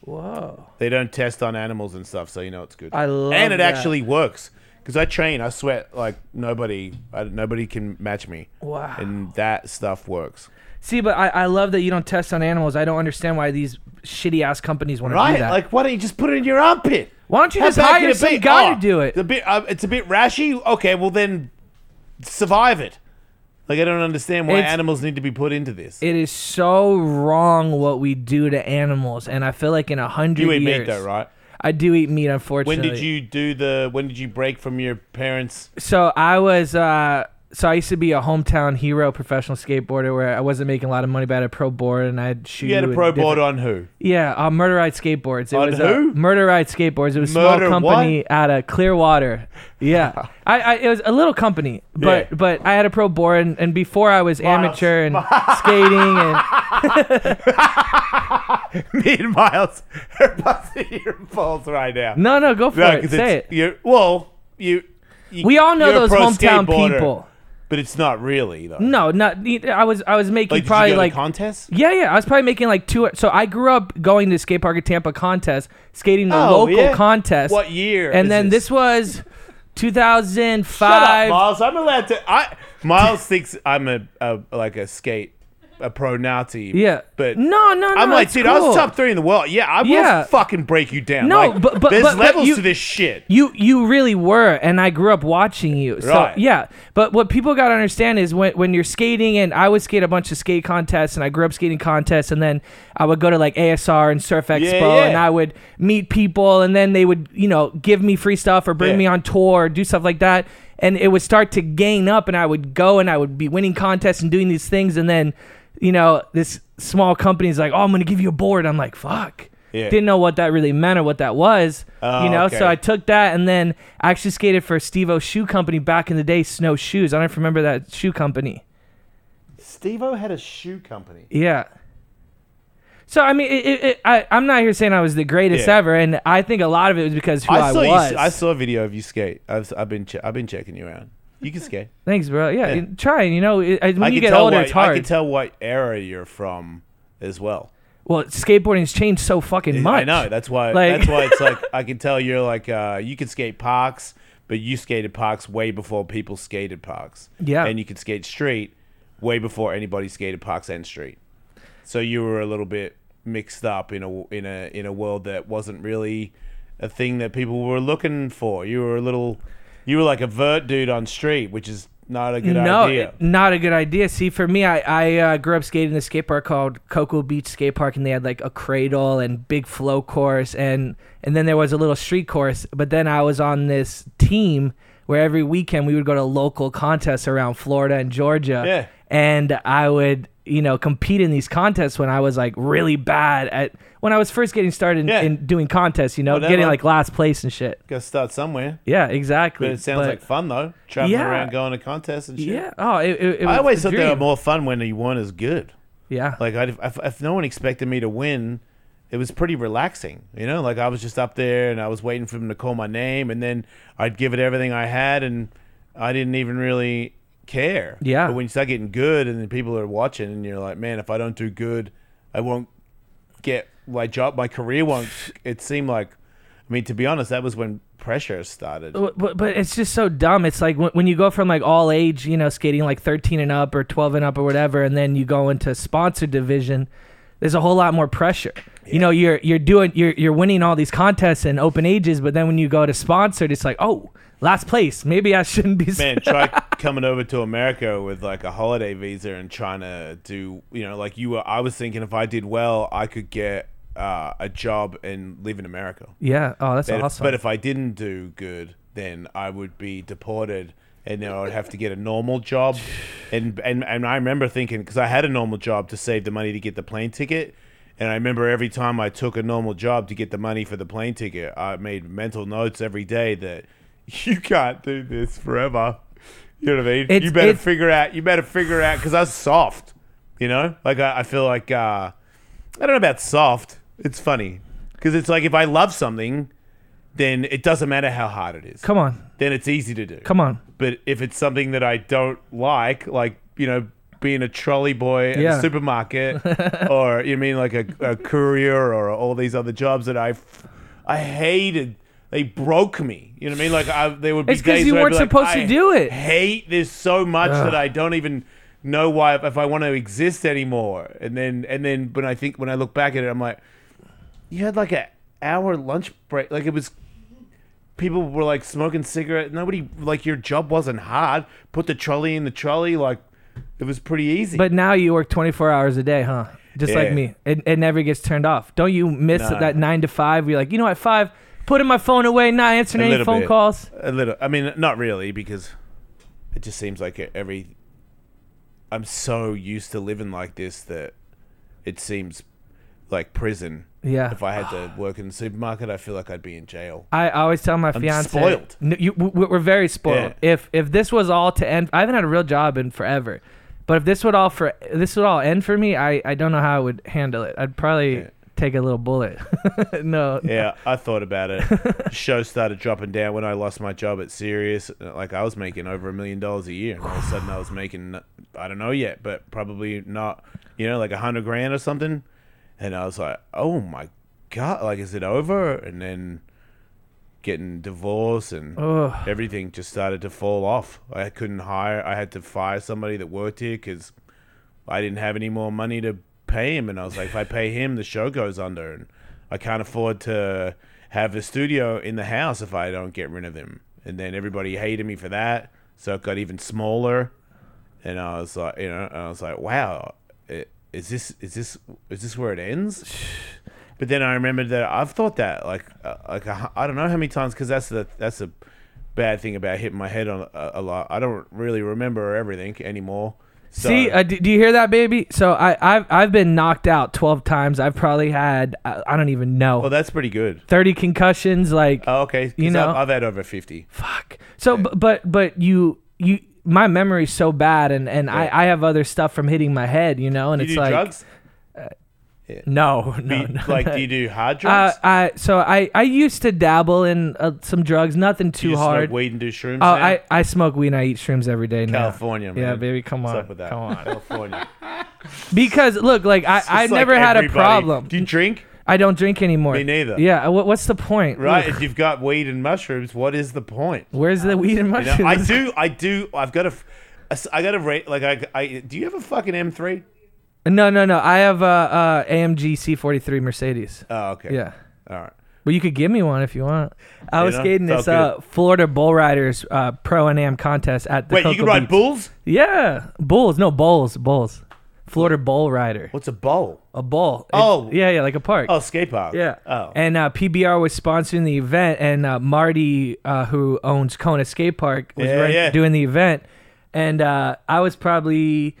Speaker 2: Whoa.
Speaker 1: They don't test on animals and stuff, so you know it's good.
Speaker 2: I love
Speaker 1: and it
Speaker 2: that.
Speaker 1: actually works because I train, I sweat like nobody, I, nobody can match me.
Speaker 2: Wow.
Speaker 1: And that stuff works.
Speaker 2: See, but I, I love that you don't test on animals. I don't understand why these shitty ass companies want to do
Speaker 1: Right?
Speaker 2: that.
Speaker 1: Like, why don't you just put it in your armpit?
Speaker 2: Why don't you
Speaker 1: How
Speaker 2: just
Speaker 1: bad
Speaker 2: hire
Speaker 1: can it
Speaker 2: some
Speaker 1: be?
Speaker 2: guy
Speaker 1: Oh,
Speaker 2: to do it?
Speaker 1: The bit, uh, it's a bit rashy. Okay, well then, survive it. Like, I don't understand why
Speaker 2: It's-
Speaker 1: animals need to be put into this.
Speaker 2: it is so wrong what we do to animals, and I feel like in a hundred
Speaker 1: you eat
Speaker 2: years,
Speaker 1: meat though, right?
Speaker 2: I do eat meat,
Speaker 1: When
Speaker 2: unfortunately.
Speaker 1: did you do the? When did you break from your parents?
Speaker 2: So I was. Uh, so I used to be a hometown hero professional skateboarder where I wasn't making a lot of money, but I had a pro board and I'd shoot.
Speaker 1: You had a
Speaker 2: and
Speaker 1: pro
Speaker 2: different-
Speaker 1: board on who?
Speaker 2: Yeah, uh, Murder Ride Skateboards. It
Speaker 1: On
Speaker 2: was
Speaker 1: who?
Speaker 2: Uh, Murder Ride Skateboards. It was a small
Speaker 1: Murder
Speaker 2: company out of Clearwater. Yeah, I, I it was a little company, but
Speaker 1: Yeah.
Speaker 2: but I had a pro board, and, and before I was
Speaker 1: Miles.
Speaker 2: amateur and skating, and
Speaker 1: Me and Miles are busting your balls right now.
Speaker 2: no, no, go for
Speaker 1: No,
Speaker 2: it,
Speaker 1: because
Speaker 2: say
Speaker 1: it's
Speaker 2: it.
Speaker 1: you're well, you, you-
Speaker 2: We all know
Speaker 1: you're a
Speaker 2: those
Speaker 1: pro
Speaker 2: hometown
Speaker 1: skateboarder,
Speaker 2: people.
Speaker 1: but it's not really though.
Speaker 2: No, not I was I was making
Speaker 1: like did
Speaker 2: probably
Speaker 1: you go
Speaker 2: like
Speaker 1: to contests.
Speaker 2: Yeah, yeah. I was probably making like two. So I grew up going to skate park at Tampa contest, skating the
Speaker 1: Oh,
Speaker 2: local
Speaker 1: yeah.
Speaker 2: contest.
Speaker 1: What year?
Speaker 2: And
Speaker 1: is
Speaker 2: then
Speaker 1: this?
Speaker 2: this, was
Speaker 1: Shut up,
Speaker 2: 2005.
Speaker 1: Miles. I'm allowed to. I Miles thinks I'm a, a like a skate a pro Nazi.
Speaker 2: yeah,
Speaker 1: but
Speaker 2: no, no, no.
Speaker 1: I'm like,
Speaker 2: it's
Speaker 1: dude, I was
Speaker 2: cool.
Speaker 1: top three in the world. Yeah, I will
Speaker 2: Yeah.
Speaker 1: fucking break you down.
Speaker 2: No,
Speaker 1: Like,
Speaker 2: but- but-
Speaker 1: there's
Speaker 2: but- but
Speaker 1: levels
Speaker 2: you-
Speaker 1: to this shit.
Speaker 2: You you really were, and I grew up watching you. So
Speaker 1: Right.
Speaker 2: yeah. But what people gotta understand is when when you're skating and I would skate a bunch of skate contests and I grew up skating contests and then I would go to like ASR and Surf Expo
Speaker 1: yeah.
Speaker 2: and I would meet people and then they would, you know, give me free stuff or bring
Speaker 1: Yeah.
Speaker 2: me on tour or do stuff like that. And it would start to gain up and I would go and I would be winning contests and doing these things and then, you know, this small company is like, Oh, I'm gonna give you a board. I'm like, fuck.
Speaker 1: Yeah.
Speaker 2: Didn't know what that really meant or what that was
Speaker 1: Oh,
Speaker 2: you know,
Speaker 1: okay.
Speaker 2: so I took that and then I actually skated for Steve O's shoe company back in the day, Snow Shoes. I don't know if you remember that shoe company.
Speaker 1: Steve O had a shoe company.
Speaker 2: Yeah. So I mean, it, it, it, I, I'm not here saying I was the greatest
Speaker 1: Yeah.
Speaker 2: ever, and I think a lot of it was because who I,
Speaker 1: I saw
Speaker 2: was.
Speaker 1: You, I saw a video of you skate. I've, I've been che- I've been checking you out. You can skate.
Speaker 2: Thanks, bro. Yeah,
Speaker 1: Yeah.
Speaker 2: you- trying. You know, it, I- when
Speaker 1: I can
Speaker 2: you get
Speaker 1: tell
Speaker 2: older,
Speaker 1: what,
Speaker 2: it's hard.
Speaker 1: I can tell what era you're from as well.
Speaker 2: well, skateboarding's changed so fucking much.
Speaker 1: I know. That's why.
Speaker 2: Like-
Speaker 1: that's why it's like I can tell you're like uh, you can skate parks, but you skated parks way before people skated parks.
Speaker 2: Yeah.
Speaker 1: And you could skate street way before anybody skated parks and street. So you were a little bit mixed up in a in a in a world that wasn't really a thing that people were looking for. You were a little, you were like a vert dude on street, which is not a good
Speaker 2: no,
Speaker 1: idea.
Speaker 2: it- not a good idea. See, for me, I, I uh, grew up skating in a skate park called Cocoa Beach Skate Park, and they had like a cradle and big flow course, and and then there was a little street course. But then I was on this team where every weekend we would go to local contests around Florida and Georgia.
Speaker 1: Yeah.
Speaker 2: And I would, you know, compete in these contests when I was like really bad at when I was first getting started in,
Speaker 1: Yeah.
Speaker 2: in doing contests, you know,
Speaker 1: Well, that,
Speaker 2: getting
Speaker 1: like-
Speaker 2: like last place and shit.
Speaker 1: Gotta start somewhere.
Speaker 2: Yeah, exactly.
Speaker 1: But it sounds
Speaker 2: But-
Speaker 1: like fun though, traveling
Speaker 2: Yeah.
Speaker 1: around, going to contests and shit.
Speaker 2: yeah. Oh, it, it, it was
Speaker 1: I always
Speaker 2: a
Speaker 1: thought they were
Speaker 2: dream.
Speaker 1: more fun when you weren't as good.
Speaker 2: Yeah.
Speaker 1: Like I'd, if, if no one expected me to win, it was pretty relaxing. You know, like I was just up there and I was waiting for them to call my name, and then I'd give it everything I had, and I didn't even really care.
Speaker 2: Yeah.
Speaker 1: But when you start getting good, and then people are watching, and you're like, man, if I don't do good, I won't get my job. My career won't. It seemed like, I mean, to be honest, that was when pressure started.
Speaker 2: But, but, but it's just so dumb. It's like when, when you go from like all age, you know, skating like 13 and up or 12 and up or whatever, and then you go into sponsor division. There's a whole lot more pressure. You know, you're you're doing you're you're winning all these contests and open ages, but then when you go to sponsored, it's like oh, last place. Maybe I shouldn't be. s-
Speaker 1: Man, try coming over to America with like a holiday visa and trying to do, you know, like you were. I was thinking if I did well, I could get uh, a job and live in America.
Speaker 2: Yeah. Oh, that's
Speaker 1: But if-
Speaker 2: awesome.
Speaker 1: but if I didn't do good, then I would be deported, and then I would have to get a normal job. And and and I remember thinking because I had a normal job to save the money to get the plane ticket, and I remember every time I took a normal job to get the money for the plane ticket, I made mental notes every day that you can't do this forever. You know what I mean?
Speaker 2: It's-
Speaker 1: you better
Speaker 2: it's-
Speaker 1: figure out. You better figure out because I was soft. You know, like I, I feel like uh, I don't know about soft. It's funny because it's like if I love something, then it doesn't matter how hard it is.
Speaker 2: come on,
Speaker 1: then it's easy to do.
Speaker 2: come on.
Speaker 1: But if it's something that I don't like, like you know, being a trolley boy at
Speaker 2: Yeah.
Speaker 1: a supermarket, or you mean like a, a courier or all these other jobs that I, f- I hated. They broke me. You know what I mean? Like I, there would be
Speaker 2: It's 'cause
Speaker 1: days
Speaker 2: you
Speaker 1: where I'd
Speaker 2: weren't
Speaker 1: be like,
Speaker 2: supposed to
Speaker 1: "I
Speaker 2: do it."
Speaker 1: Hate this so much
Speaker 2: Ugh.
Speaker 1: that I don't even know why if I want to exist anymore. And then and then when I think when I look back at it, I'm like, you had like an hour lunch break. Like it was, people were like smoking cigarette. Nobody like your job wasn't hard. Put the trolley in the trolley. Like it was pretty easy.
Speaker 2: But now you work 24 hours a day, huh? Just like
Speaker 1: Yeah.
Speaker 2: me. It, it never gets turned off. Don't you miss
Speaker 1: No.
Speaker 2: that nine to five? You're like, you know, at five, putting my phone away, not answering
Speaker 1: A
Speaker 2: any
Speaker 1: little
Speaker 2: phone
Speaker 1: bit.
Speaker 2: calls.
Speaker 1: a little. I mean, not really because it just seems like every. I'm so used to living like this that it seems like prison.
Speaker 2: Yeah.
Speaker 1: If I had to work in the supermarket, I feel like I'd be in jail.
Speaker 2: I always tell my fiance,
Speaker 1: spoiled.
Speaker 2: N- you- w- w- we're very spoiled. If if this was all to end, I haven't had a real job in forever. But if this would all for this would all end for me, I, I don't know how I would handle it. I'd probably
Speaker 1: Yeah.
Speaker 2: take a little bullet. no,
Speaker 1: Yeah, I thought about it. Show started dropping down when I lost my job at Sirius. Like I was making over a million dollars a year, and all of a sudden I was making I don't know yet, but probably not. You know, like a hundred grand or something. And I was like, oh my god, like is it over? And then getting divorced and
Speaker 2: Ugh.
Speaker 1: everything just started to fall off. I couldn't hire. I had to fire somebody that worked here because I didn't have any more money to pay him, and I was like, if I pay him, the show goes under, and I can't afford to have a studio in the house if I don't get rid of him. And then everybody hated me for that, so it got even smaller. And I was like, you know, and I was like, wow, i- is this is this is this where it ends? But then I remembered that I've thought that like uh, like a hu- I don't know how many times because that's the that's a bad thing about hitting my head on a, a lot. I don't really remember everything anymore. So,
Speaker 2: See, uh, do, do you hear that, baby? So I, I've I've been knocked out twelve times. I've probably had I, I don't even know
Speaker 1: well, Oh, that's pretty good.
Speaker 2: thirty concussions. Like
Speaker 1: Oh, okay. 'Cause
Speaker 2: You know-
Speaker 1: I've, I've had over fifty.
Speaker 2: fuck. So, bu- but but you you my memory's so bad, and and I I have other stuff from hitting my head, you know, and
Speaker 1: You
Speaker 2: it's
Speaker 1: do
Speaker 2: like
Speaker 1: drugs?
Speaker 2: no no
Speaker 1: Do you-
Speaker 2: no.
Speaker 1: like, do you do hard
Speaker 2: Uh,
Speaker 1: drugs?
Speaker 2: I so I I used to dabble in uh, some drugs, nothing
Speaker 1: do
Speaker 2: too
Speaker 1: you
Speaker 2: hard.
Speaker 1: Smoke weed and do shrooms.
Speaker 2: Oh,
Speaker 1: now?
Speaker 2: I, I smoke weed and I eat shrooms every day now.
Speaker 1: California, man.
Speaker 2: Yeah, baby, come on.
Speaker 1: What's up with that?
Speaker 2: Come on.
Speaker 1: California.
Speaker 2: Because look, like I, I
Speaker 1: It's
Speaker 2: never
Speaker 1: like
Speaker 2: had a
Speaker 1: everybody-
Speaker 2: problem.
Speaker 1: Do you drink?
Speaker 2: I don't drink anymore.
Speaker 1: Me neither.
Speaker 2: Yeah. What, what's the point?
Speaker 1: Right.
Speaker 2: Ugh.
Speaker 1: if you've got weed and mushrooms, what is the point?
Speaker 2: Where's the weed and
Speaker 1: You know,
Speaker 2: mushrooms?
Speaker 1: I do. I do. I've got a. f- a s- I got a rate. Like I, I. Do you have a fucking M three?
Speaker 2: no, no, no. I have a uh, uh, AMG C43 Mercedes.
Speaker 1: Oh, okay.
Speaker 2: yeah.
Speaker 1: All right.
Speaker 2: But you could give me one if you want. I
Speaker 1: You
Speaker 2: was
Speaker 1: know,
Speaker 2: skating
Speaker 1: felt
Speaker 2: this uh, Florida Bull Riders uh, Pro and Am contest at the
Speaker 1: Wait, you
Speaker 2: Cocoa
Speaker 1: can ride
Speaker 2: Beach.
Speaker 1: bulls?
Speaker 2: Yeah, bulls. No bulls. Bulls. Florida Bull Rider.
Speaker 1: What's a bowl?
Speaker 2: A bull. It-
Speaker 1: Oh.
Speaker 2: yeah, yeah, like a park.
Speaker 1: Oh, skate park.
Speaker 2: Yeah.
Speaker 1: Oh.
Speaker 2: And uh, PBR was sponsoring the event, and uh, Marty, uh, who owns Kona Skate Park, was
Speaker 1: Yeah,
Speaker 2: run-
Speaker 1: yeah.
Speaker 2: doing the event. And uh, I was probably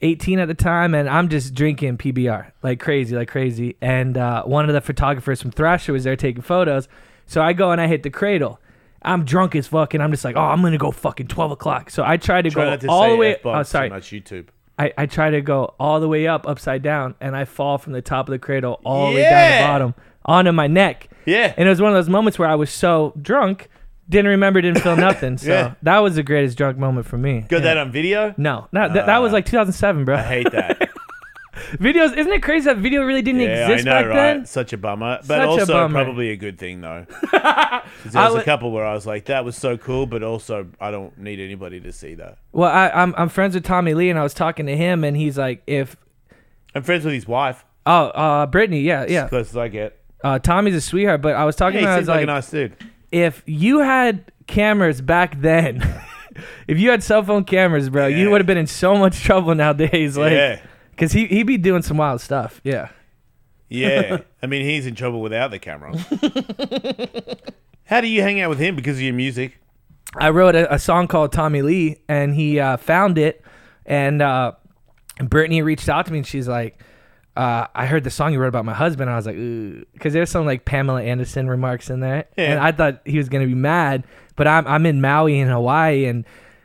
Speaker 2: 18 at the time, and I'm just drinking PBR like crazy, like crazy. And uh, one of the photographers from Thrasher was there taking photos. So I go and I hit the cradle. I'm drunk as fuck, and I'm just like, oh, I'm gonna go fucking 12 o'clock. So I try to
Speaker 1: Try
Speaker 2: go
Speaker 1: not to
Speaker 2: all
Speaker 1: say
Speaker 2: the way.
Speaker 1: F-bomb
Speaker 2: Oh, sorry.
Speaker 1: Too much YouTube.
Speaker 2: I, I try to go all the way up upside down and I fall from the top of the cradle all the way down
Speaker 1: Yeah.
Speaker 2: the bottom onto my neck.
Speaker 1: Yeah.
Speaker 2: And it was one of those moments where I was so drunk, didn't remember, didn't feel nothing. So
Speaker 1: Yeah.
Speaker 2: that was the greatest drunk moment for me.
Speaker 1: Got
Speaker 2: Yeah.
Speaker 1: that on video?
Speaker 2: No, no that, that was like 2007, bro.
Speaker 1: I hate that.
Speaker 2: Videos, isn't it crazy that video really didn't
Speaker 1: Yeah,
Speaker 2: exist
Speaker 1: I know,
Speaker 2: back
Speaker 1: right?
Speaker 2: then?
Speaker 1: Such a bummer, but
Speaker 2: Such a
Speaker 1: also
Speaker 2: bummer.
Speaker 1: probably a good thing though. 'Cause there
Speaker 2: I
Speaker 1: was a
Speaker 2: would-
Speaker 1: couple where I was like, "That was so cool," but also I don't need anybody to see that.
Speaker 2: Well, I, I'm I'm friends with Tommy Lee, and I was talking to him, and he's like, if
Speaker 1: I'm friends with his wife.
Speaker 2: oh, uh, Brittany, yeah, yeah,
Speaker 1: As close as I get.
Speaker 2: uh, Tommy's a sweetheart, but I was talking
Speaker 1: Hey, he
Speaker 2: to him, I
Speaker 1: seems
Speaker 2: was
Speaker 1: like, a
Speaker 2: like,
Speaker 1: nice dude.
Speaker 2: if you had cameras back then, if you had cell phone cameras, bro,
Speaker 1: Yeah.
Speaker 2: you would have been in so much trouble nowadays, like,
Speaker 1: yeah,
Speaker 2: cause he he be doing some wild stuff, yeah.
Speaker 1: yeah. I mean, he's in trouble without the camera. How do you hang out with him because of your music?
Speaker 2: I wrote a, a song called Tommy Lee, and he uh, found it. And uh, Brittany reached out to me, and she's like, uh, "I heard the song you wrote about my husband." And I was like, "Because there's some like Pamela Anderson remarks in there,
Speaker 1: Yeah.
Speaker 2: and I thought he was gonna be mad, but I'm I'm in Maui in Hawaii, and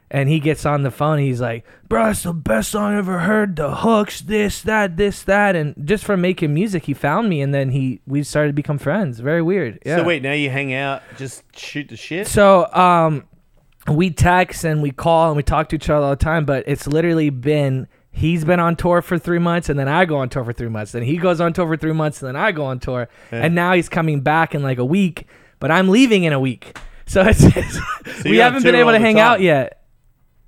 Speaker 2: and he gets on the phone, and he's like, "Bro, it's the best song I ever heard. The hooks, this, that, this, that." And just from making music, he found me, and then he we started to become friends. Very weird. Yeah.
Speaker 1: So wait, now you hang out, just shoot the shit.
Speaker 2: So um, we text and we call and we talk to each other all the time, but it's literally been he's been on tour for three months and then I go on tour for three months. Then he goes on tour for three months and then I go on tour. And now he's coming back in like a week, but I'm leaving in a week. So it's, it's we
Speaker 1: you're on
Speaker 2: haven't been
Speaker 1: tour
Speaker 2: able
Speaker 1: all
Speaker 2: to
Speaker 1: the
Speaker 2: hang
Speaker 1: time.
Speaker 2: out yet.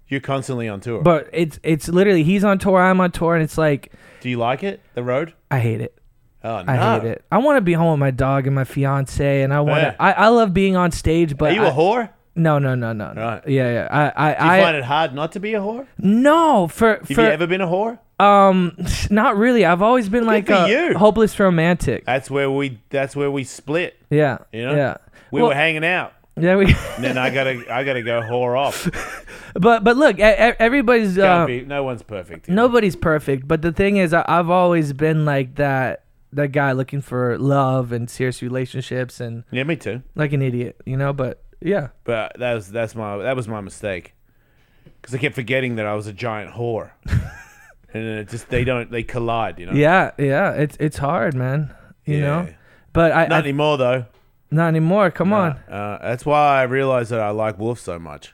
Speaker 1: You're constantly on tour.
Speaker 2: But it's it's literally he's on tour, I'm on tour, and it's like
Speaker 1: do you like it? The road?
Speaker 2: I hate it.
Speaker 1: Oh no!
Speaker 2: I hate it. I want to be home with my dog and my fiance, and I want
Speaker 1: Yeah.
Speaker 2: to. I, I love being on stage, but
Speaker 1: Are you
Speaker 2: I-
Speaker 1: a whore?
Speaker 2: no, no, no, no, no.
Speaker 1: Right.
Speaker 2: Yeah, yeah. I, I,
Speaker 1: Do you
Speaker 2: I
Speaker 1: find it hard not to be a whore?
Speaker 2: No, for
Speaker 1: Have
Speaker 2: for
Speaker 1: you ever been a whore?
Speaker 2: um, not really. I've always been like
Speaker 1: for
Speaker 2: a
Speaker 1: you.
Speaker 2: hopeless romantic.
Speaker 1: That's where we. That's where we split.
Speaker 2: yeah,
Speaker 1: You know?
Speaker 2: yeah.
Speaker 1: We
Speaker 2: Well,
Speaker 1: were hanging out.
Speaker 2: yeah, we.
Speaker 1: And then I gotta, I gotta go whore off.
Speaker 2: but but look, e- e- everybody's
Speaker 1: Can't
Speaker 2: uh,
Speaker 1: be, no one's perfect. here.
Speaker 2: nobody's perfect. But the thing is, I, I've always been like that. That guy looking for love and serious relationships and
Speaker 1: Yeah, me too.
Speaker 2: like an idiot, you know. But yeah,
Speaker 1: But that was that's my that was my mistake, because I kept forgetting that I was a giant whore, and then it just they don't they collide, you know.
Speaker 2: yeah, yeah. It's it's hard, man. You know.
Speaker 1: Yeah.
Speaker 2: But I
Speaker 1: Not
Speaker 2: not, I,
Speaker 1: anymore though.
Speaker 2: not anymore. Come on.
Speaker 1: Uh, that's why I realized that I like wolves so much.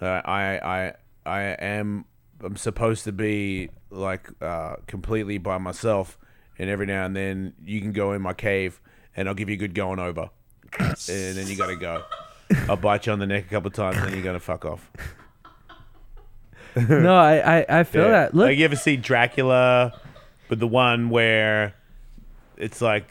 Speaker 1: Uh, I I I am I'm supposed to be like uh, completely by myself, and every now and then you can go in my cave, and I'll give you a good going over, and then you gotta go. I'll bite you on the neck a couple times, and then you're gonna fuck off.
Speaker 2: No, I I, I feel
Speaker 1: Yeah.
Speaker 2: that. Look,
Speaker 1: Like you ever see Dracula, but the one where it's like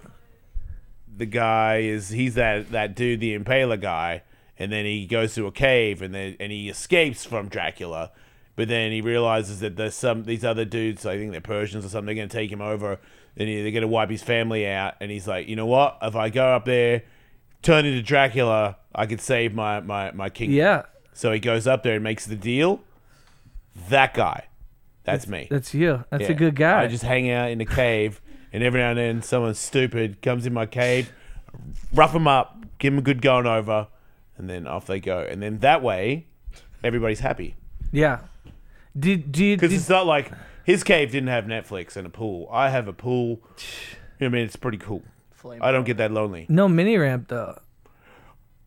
Speaker 1: the guy is he's that that dude, the Impaler guy, and then he goes to a cave and then and he escapes from Dracula. But then he realizes that there's some these other dudes, I think they're Persians or something, they're gonna take him over, and he, they're gonna wipe his family out. And he's like, you know what? If I go up there, turn into Dracula, I could save my my my kingdom.
Speaker 2: yeah,
Speaker 1: So he goes up there and makes the deal. That guy. That's me.
Speaker 2: that's you. That's a
Speaker 1: Yeah.
Speaker 2: good guy.
Speaker 1: I just hang out in the cave, and every now and then someone stupid comes in my cave, rough them up, give them a good going over, and then off they go. And then that way, everybody's happy.
Speaker 2: Yeah. Did do you
Speaker 1: Because
Speaker 2: did-
Speaker 1: it's not like his cave didn't have Netflix and a pool. I have a pool. I mean, it's pretty cool. I don't get that lonely.
Speaker 2: no mini ramp though?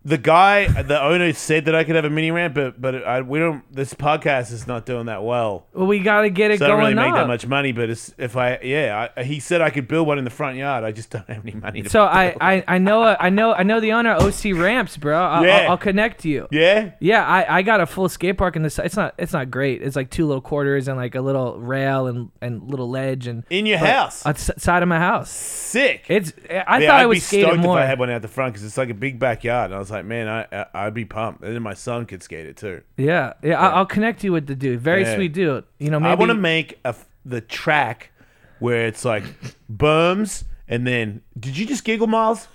Speaker 1: The guy, the owner said that I could have a mini ramp, but but I, we don't. This podcast is not doing that well.
Speaker 2: Well, we gotta get it
Speaker 1: So I
Speaker 2: going
Speaker 1: don't really make
Speaker 2: up.
Speaker 1: that much money, but it's, if I, yeah, I, he said I could build one in the front yard. I just don't have any money. To,
Speaker 2: So I, I I know a- I know I know the owner of OC Ramps, bro. I'll,
Speaker 1: Yeah.
Speaker 2: I'll, I'll connect you. Yeah,
Speaker 1: yeah,
Speaker 2: I, I got a full skate park in this. It's not it's not great. It's like two little quarters and like a little rail and and little ledge and
Speaker 1: in your house,
Speaker 2: outside of my house.
Speaker 1: sick.
Speaker 2: It's I
Speaker 1: yeah,
Speaker 2: thought
Speaker 1: I'd
Speaker 2: I
Speaker 1: be
Speaker 2: was
Speaker 1: stoked
Speaker 2: skating more.
Speaker 1: if I had one out the front because it's like a big backyard. And I was like, man, I, I I'd be pumped. And then my son could skate it too.
Speaker 2: yeah, yeah. I, I'll connect you with the dude. Very
Speaker 1: Yeah.
Speaker 2: sweet dude. You know, maybe
Speaker 1: I want to make a f the track where it's like berms and then. Did you just giggle, Miles?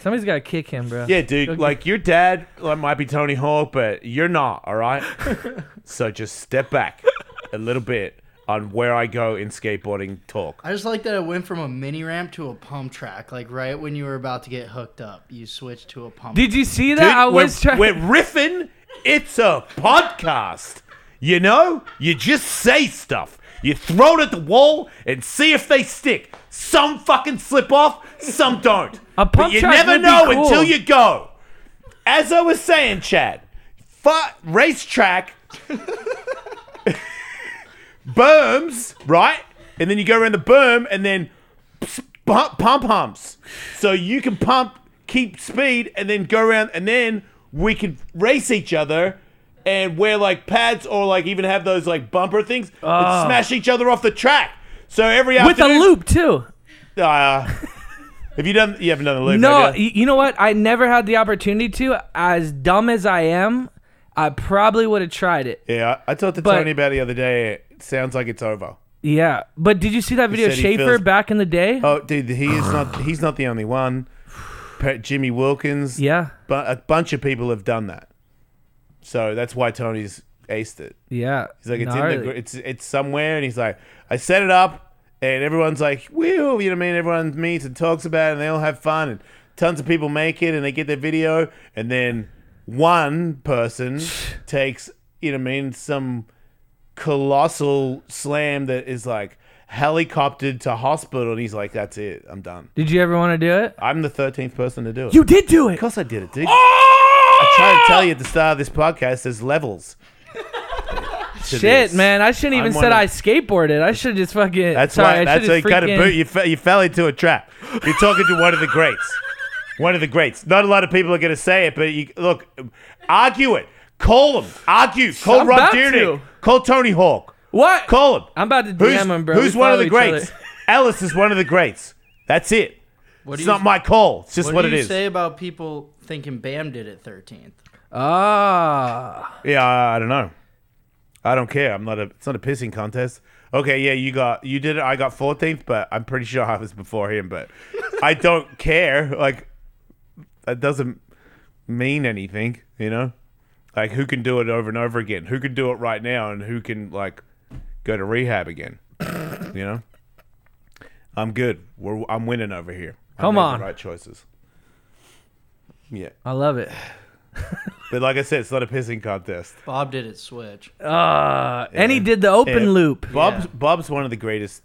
Speaker 2: somebody's gotta kick him, bro.
Speaker 1: Yeah, dude. Like your dad like, might be Tony Hawk, but you're not. All right. so just step back a little bit on where I go in skateboarding talk.
Speaker 5: I just like that it went from a mini ramp to a pump track. Like right when you were about to get hooked up, you switched to a pump.
Speaker 2: Did you see that?
Speaker 1: Dude,
Speaker 2: I
Speaker 1: we're,
Speaker 2: was trying.
Speaker 1: we're riffing. It's a podcast. You know, you just say stuff. You throw it at the wall and see if they stick. Some fucking slip off, some don't.
Speaker 2: A
Speaker 1: but
Speaker 2: pump
Speaker 1: you
Speaker 2: track
Speaker 1: never
Speaker 2: would be
Speaker 1: know
Speaker 2: cool.
Speaker 1: until you go. As I was saying, Chad, fu- racetrack berms, right? and then you go around the berm, and then pump pump pumps. So you can pump, keep speed, and then go around, and then we can race each other. And wear like pads or like even have those like bumper things and smash each other off the track. So every
Speaker 2: Ah. with a
Speaker 1: afternoon,
Speaker 2: loop too.
Speaker 1: uh, have you done? You haven't done the loop.
Speaker 2: No,
Speaker 1: have you?
Speaker 2: y- you know what? I never had the opportunity to. As dumb as I am, I probably would have tried it.
Speaker 1: yeah. I talked to
Speaker 2: But-
Speaker 1: Tony about it the other day. It sounds like it's over.
Speaker 2: Yeah, but did you see that video of
Speaker 1: said he
Speaker 2: Schaefer
Speaker 1: feels-
Speaker 2: back in the day?
Speaker 1: Oh, dude, he is not. He's not the only one. Pa- Jimmy Wilkins.
Speaker 2: yeah,
Speaker 1: bu- a bunch of people have done that. So that's why Tony's aced it.
Speaker 2: yeah.
Speaker 1: He's like, it's in
Speaker 2: Gnarly.
Speaker 1: the, gr- it's it's somewhere, and he's like, I set it up, and everyone's like, woo, you know what I mean? Everyone meets and talks about it, and they all have fun, and tons of people make it, and they get their video, and then one person takes, you know what I mean, some colossal slam that is like helicoptered to hospital, and he's like, that's it, I'm done.
Speaker 2: Did you ever want to do it?
Speaker 1: I'm the 13th person to do it.
Speaker 2: You did do it.
Speaker 1: of course I did it, dude.
Speaker 2: Oh!
Speaker 1: I tried to tell you at the start of this podcast, there's levels. to
Speaker 2: Shit,
Speaker 1: this.
Speaker 2: man! I shouldn't even
Speaker 1: I'm
Speaker 2: said
Speaker 1: one of-
Speaker 2: I skateboarded. I should just fucking.
Speaker 1: That's
Speaker 2: sorry,
Speaker 1: why.
Speaker 2: I
Speaker 1: That's
Speaker 2: should
Speaker 1: why you
Speaker 2: just
Speaker 1: kind of
Speaker 2: freaking-
Speaker 1: boot. You, fe- you fell into a trap. You're talking to one of the greats. One of the greats. Not a lot of people are going to say it, but you look, argue it. Call him. Argue. Call
Speaker 2: I'm
Speaker 1: Rob
Speaker 2: about
Speaker 1: Deerdick.
Speaker 2: to.
Speaker 1: Call Tony Hawk.
Speaker 2: What?
Speaker 1: Call him.
Speaker 2: I'm about to DM
Speaker 1: who's,
Speaker 2: him, bro.
Speaker 1: Who's
Speaker 2: We
Speaker 1: one of
Speaker 2: follow
Speaker 1: the
Speaker 2: each other.
Speaker 1: greats? Ellis is one of the greats. That's it.
Speaker 5: What
Speaker 1: It's
Speaker 5: do you,
Speaker 1: not my call. It's just
Speaker 5: what
Speaker 1: what,
Speaker 5: do
Speaker 1: it
Speaker 5: you
Speaker 1: is.
Speaker 5: say about people thinking Bam did it 13th?
Speaker 2: Ah,
Speaker 1: Yeah, I I don't know. I don't care. I'm not a. It's not a pissing contest. Okay, yeah, you got you did it. I got 14th, but I'm pretty sure I was before him. But I don't care. Like that doesn't mean anything, you know. Like who can do it over and over again? Who can do it right now, and who can like go to rehab again? you know. I'm good. We're I'm winning over here. I
Speaker 2: Come
Speaker 1: made the
Speaker 2: on.
Speaker 1: right choices. Yeah,
Speaker 2: I love it.
Speaker 1: but like I said, it's not a pissing contest.
Speaker 5: Bob did it switch.
Speaker 2: Uh, and he did the open
Speaker 1: Yeah.
Speaker 2: loop.
Speaker 1: Bob's Bob's one of the greatest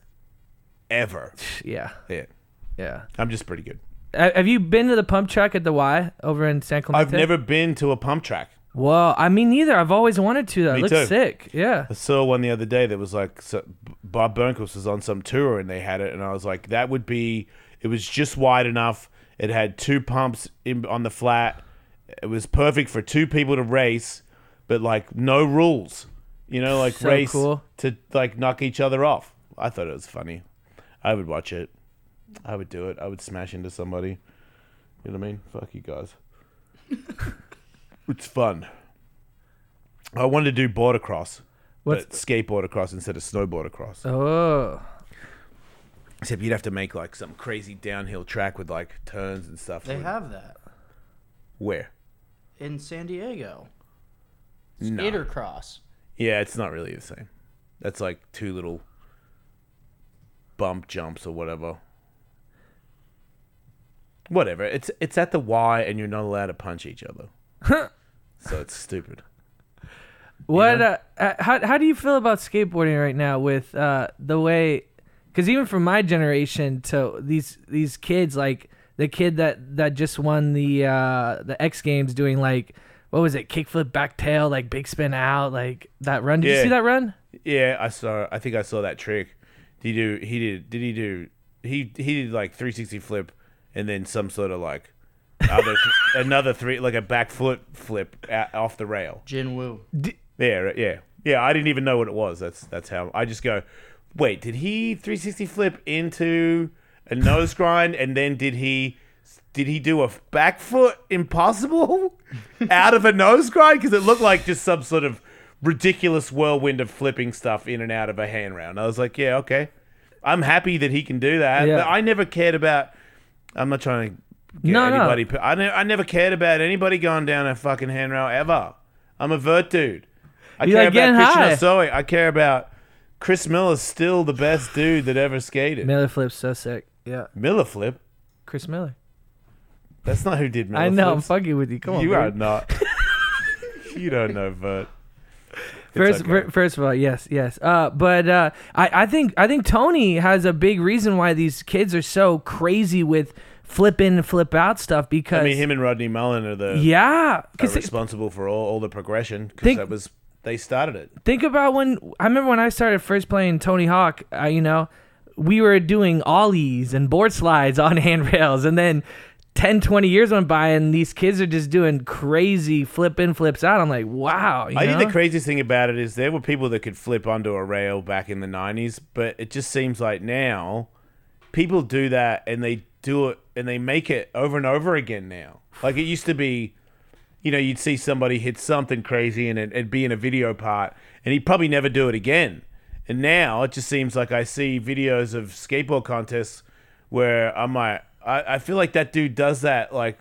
Speaker 1: ever.
Speaker 2: Yeah,
Speaker 1: Yeah,
Speaker 2: yeah.
Speaker 1: I'm just pretty good.
Speaker 2: Ha- Have you been to the pump track at the Y over in San Clemente?
Speaker 1: I've never been to a pump track.
Speaker 2: Well, I mean, neither. I've always wanted to. That
Speaker 1: Me
Speaker 2: looks
Speaker 1: too.
Speaker 2: sick. Yeah.
Speaker 1: I saw one the other day that was like so, Bob Burnquist was on some tour and they had it, and I was like, that would be. It was just wide enough. It had two pumps in, on the flat. It was perfect for two people to race, but like no rules. You know, like
Speaker 2: So
Speaker 1: race
Speaker 2: cool.
Speaker 1: to like knock each other off. I thought it was funny. I would watch it. I would do it. I would smash into somebody. You know what I mean? Fuck you guys. it's fun. I wanted to do border cross.
Speaker 2: What's-
Speaker 1: but skateboard across instead of snowboard across.
Speaker 2: Oh,
Speaker 1: Except you'd have to make like some crazy downhill track with like turns and stuff.
Speaker 5: They
Speaker 1: Like,
Speaker 5: have that
Speaker 1: where?
Speaker 5: in San Diego.
Speaker 1: No.
Speaker 5: Skater cross.
Speaker 1: Yeah, it's not really the same. That's like two little bump jumps or whatever. Whatever. It's it's at the Y and you're not allowed to punch each other. so it's stupid.
Speaker 2: what? Uh, uh, how how do you feel about skateboarding right now with uh, the way? Because even from my generation to these these kids, like the kid that that just won the uh, the X Games, doing like what was it, kickflip back tail, like big spin out, like that run. Did
Speaker 1: Yeah.
Speaker 2: you see that run?
Speaker 1: Yeah, I saw. I think I saw that trick. Did he do? He did. Did he do? He he did like 360 flip, and then some sort of like other another three like a back foot flip a off the rail.
Speaker 5: Jin Woo.
Speaker 1: Yeah, right, yeah, yeah. I didn't even know what it was. That's that's how I just go. Wait, did he 360 flip into a nose grind, and then did he? Did he do a back foot impossible out of a nose grind? Because it looked like just some sort of ridiculous whirlwind of flipping stuff in and out of a hand round. I was like, yeah, okay. I'm happy that he can do that.
Speaker 2: Yeah.
Speaker 1: But I never cared about. I'm not trying to get
Speaker 2: No, no.
Speaker 1: anybody. I, ne- I never cared about anybody going down a fucking handrail ever. I'm a vert dude. I
Speaker 2: You're
Speaker 1: care about
Speaker 2: like getting
Speaker 1: Christian
Speaker 2: high.
Speaker 1: Osoy. I care about Chris Miller's still the best dude that ever skated.
Speaker 2: Miller flips so sick. Yeah,
Speaker 1: Miller flip.
Speaker 2: Chris Miller.
Speaker 1: That's not who did Miller.
Speaker 2: I know. I'm
Speaker 1: Flips.
Speaker 2: fucking with you. Come on,
Speaker 1: you
Speaker 2: bro.
Speaker 1: are not. you don't know vert.
Speaker 2: First,
Speaker 1: okay.
Speaker 2: fir- first of all, yes, yes. Uh, but uh, I, I think I think Tony has a big reason why these kids are so crazy with flip in and flip out stuff because
Speaker 1: I mean, him uh, and Rodney Mullen are the
Speaker 2: yeah.
Speaker 1: are
Speaker 2: 'cause thi-
Speaker 1: responsible for all, all the progression because
Speaker 2: Think-
Speaker 1: that was they started it.
Speaker 2: think about when I remember when I started first playing Tony Hawk. Uh, you know, we were doing ollies and board slides on handrails and then 10 20 years went by and these kids are just doing crazy flip in flips out i'm like wow you
Speaker 1: I think
Speaker 2: know?
Speaker 1: the craziest thing about it is there were people that could flip onto a rail back in the 90s, but it just seems like now people do that and they do it and they make it over and over again now. Like it used to be, you know, you'd see somebody hit something crazy and it, it'd be in a video part and he'd probably never do it again. And now it just seems like I see videos of skateboard contests where I'm like, I, I feel like that dude does that like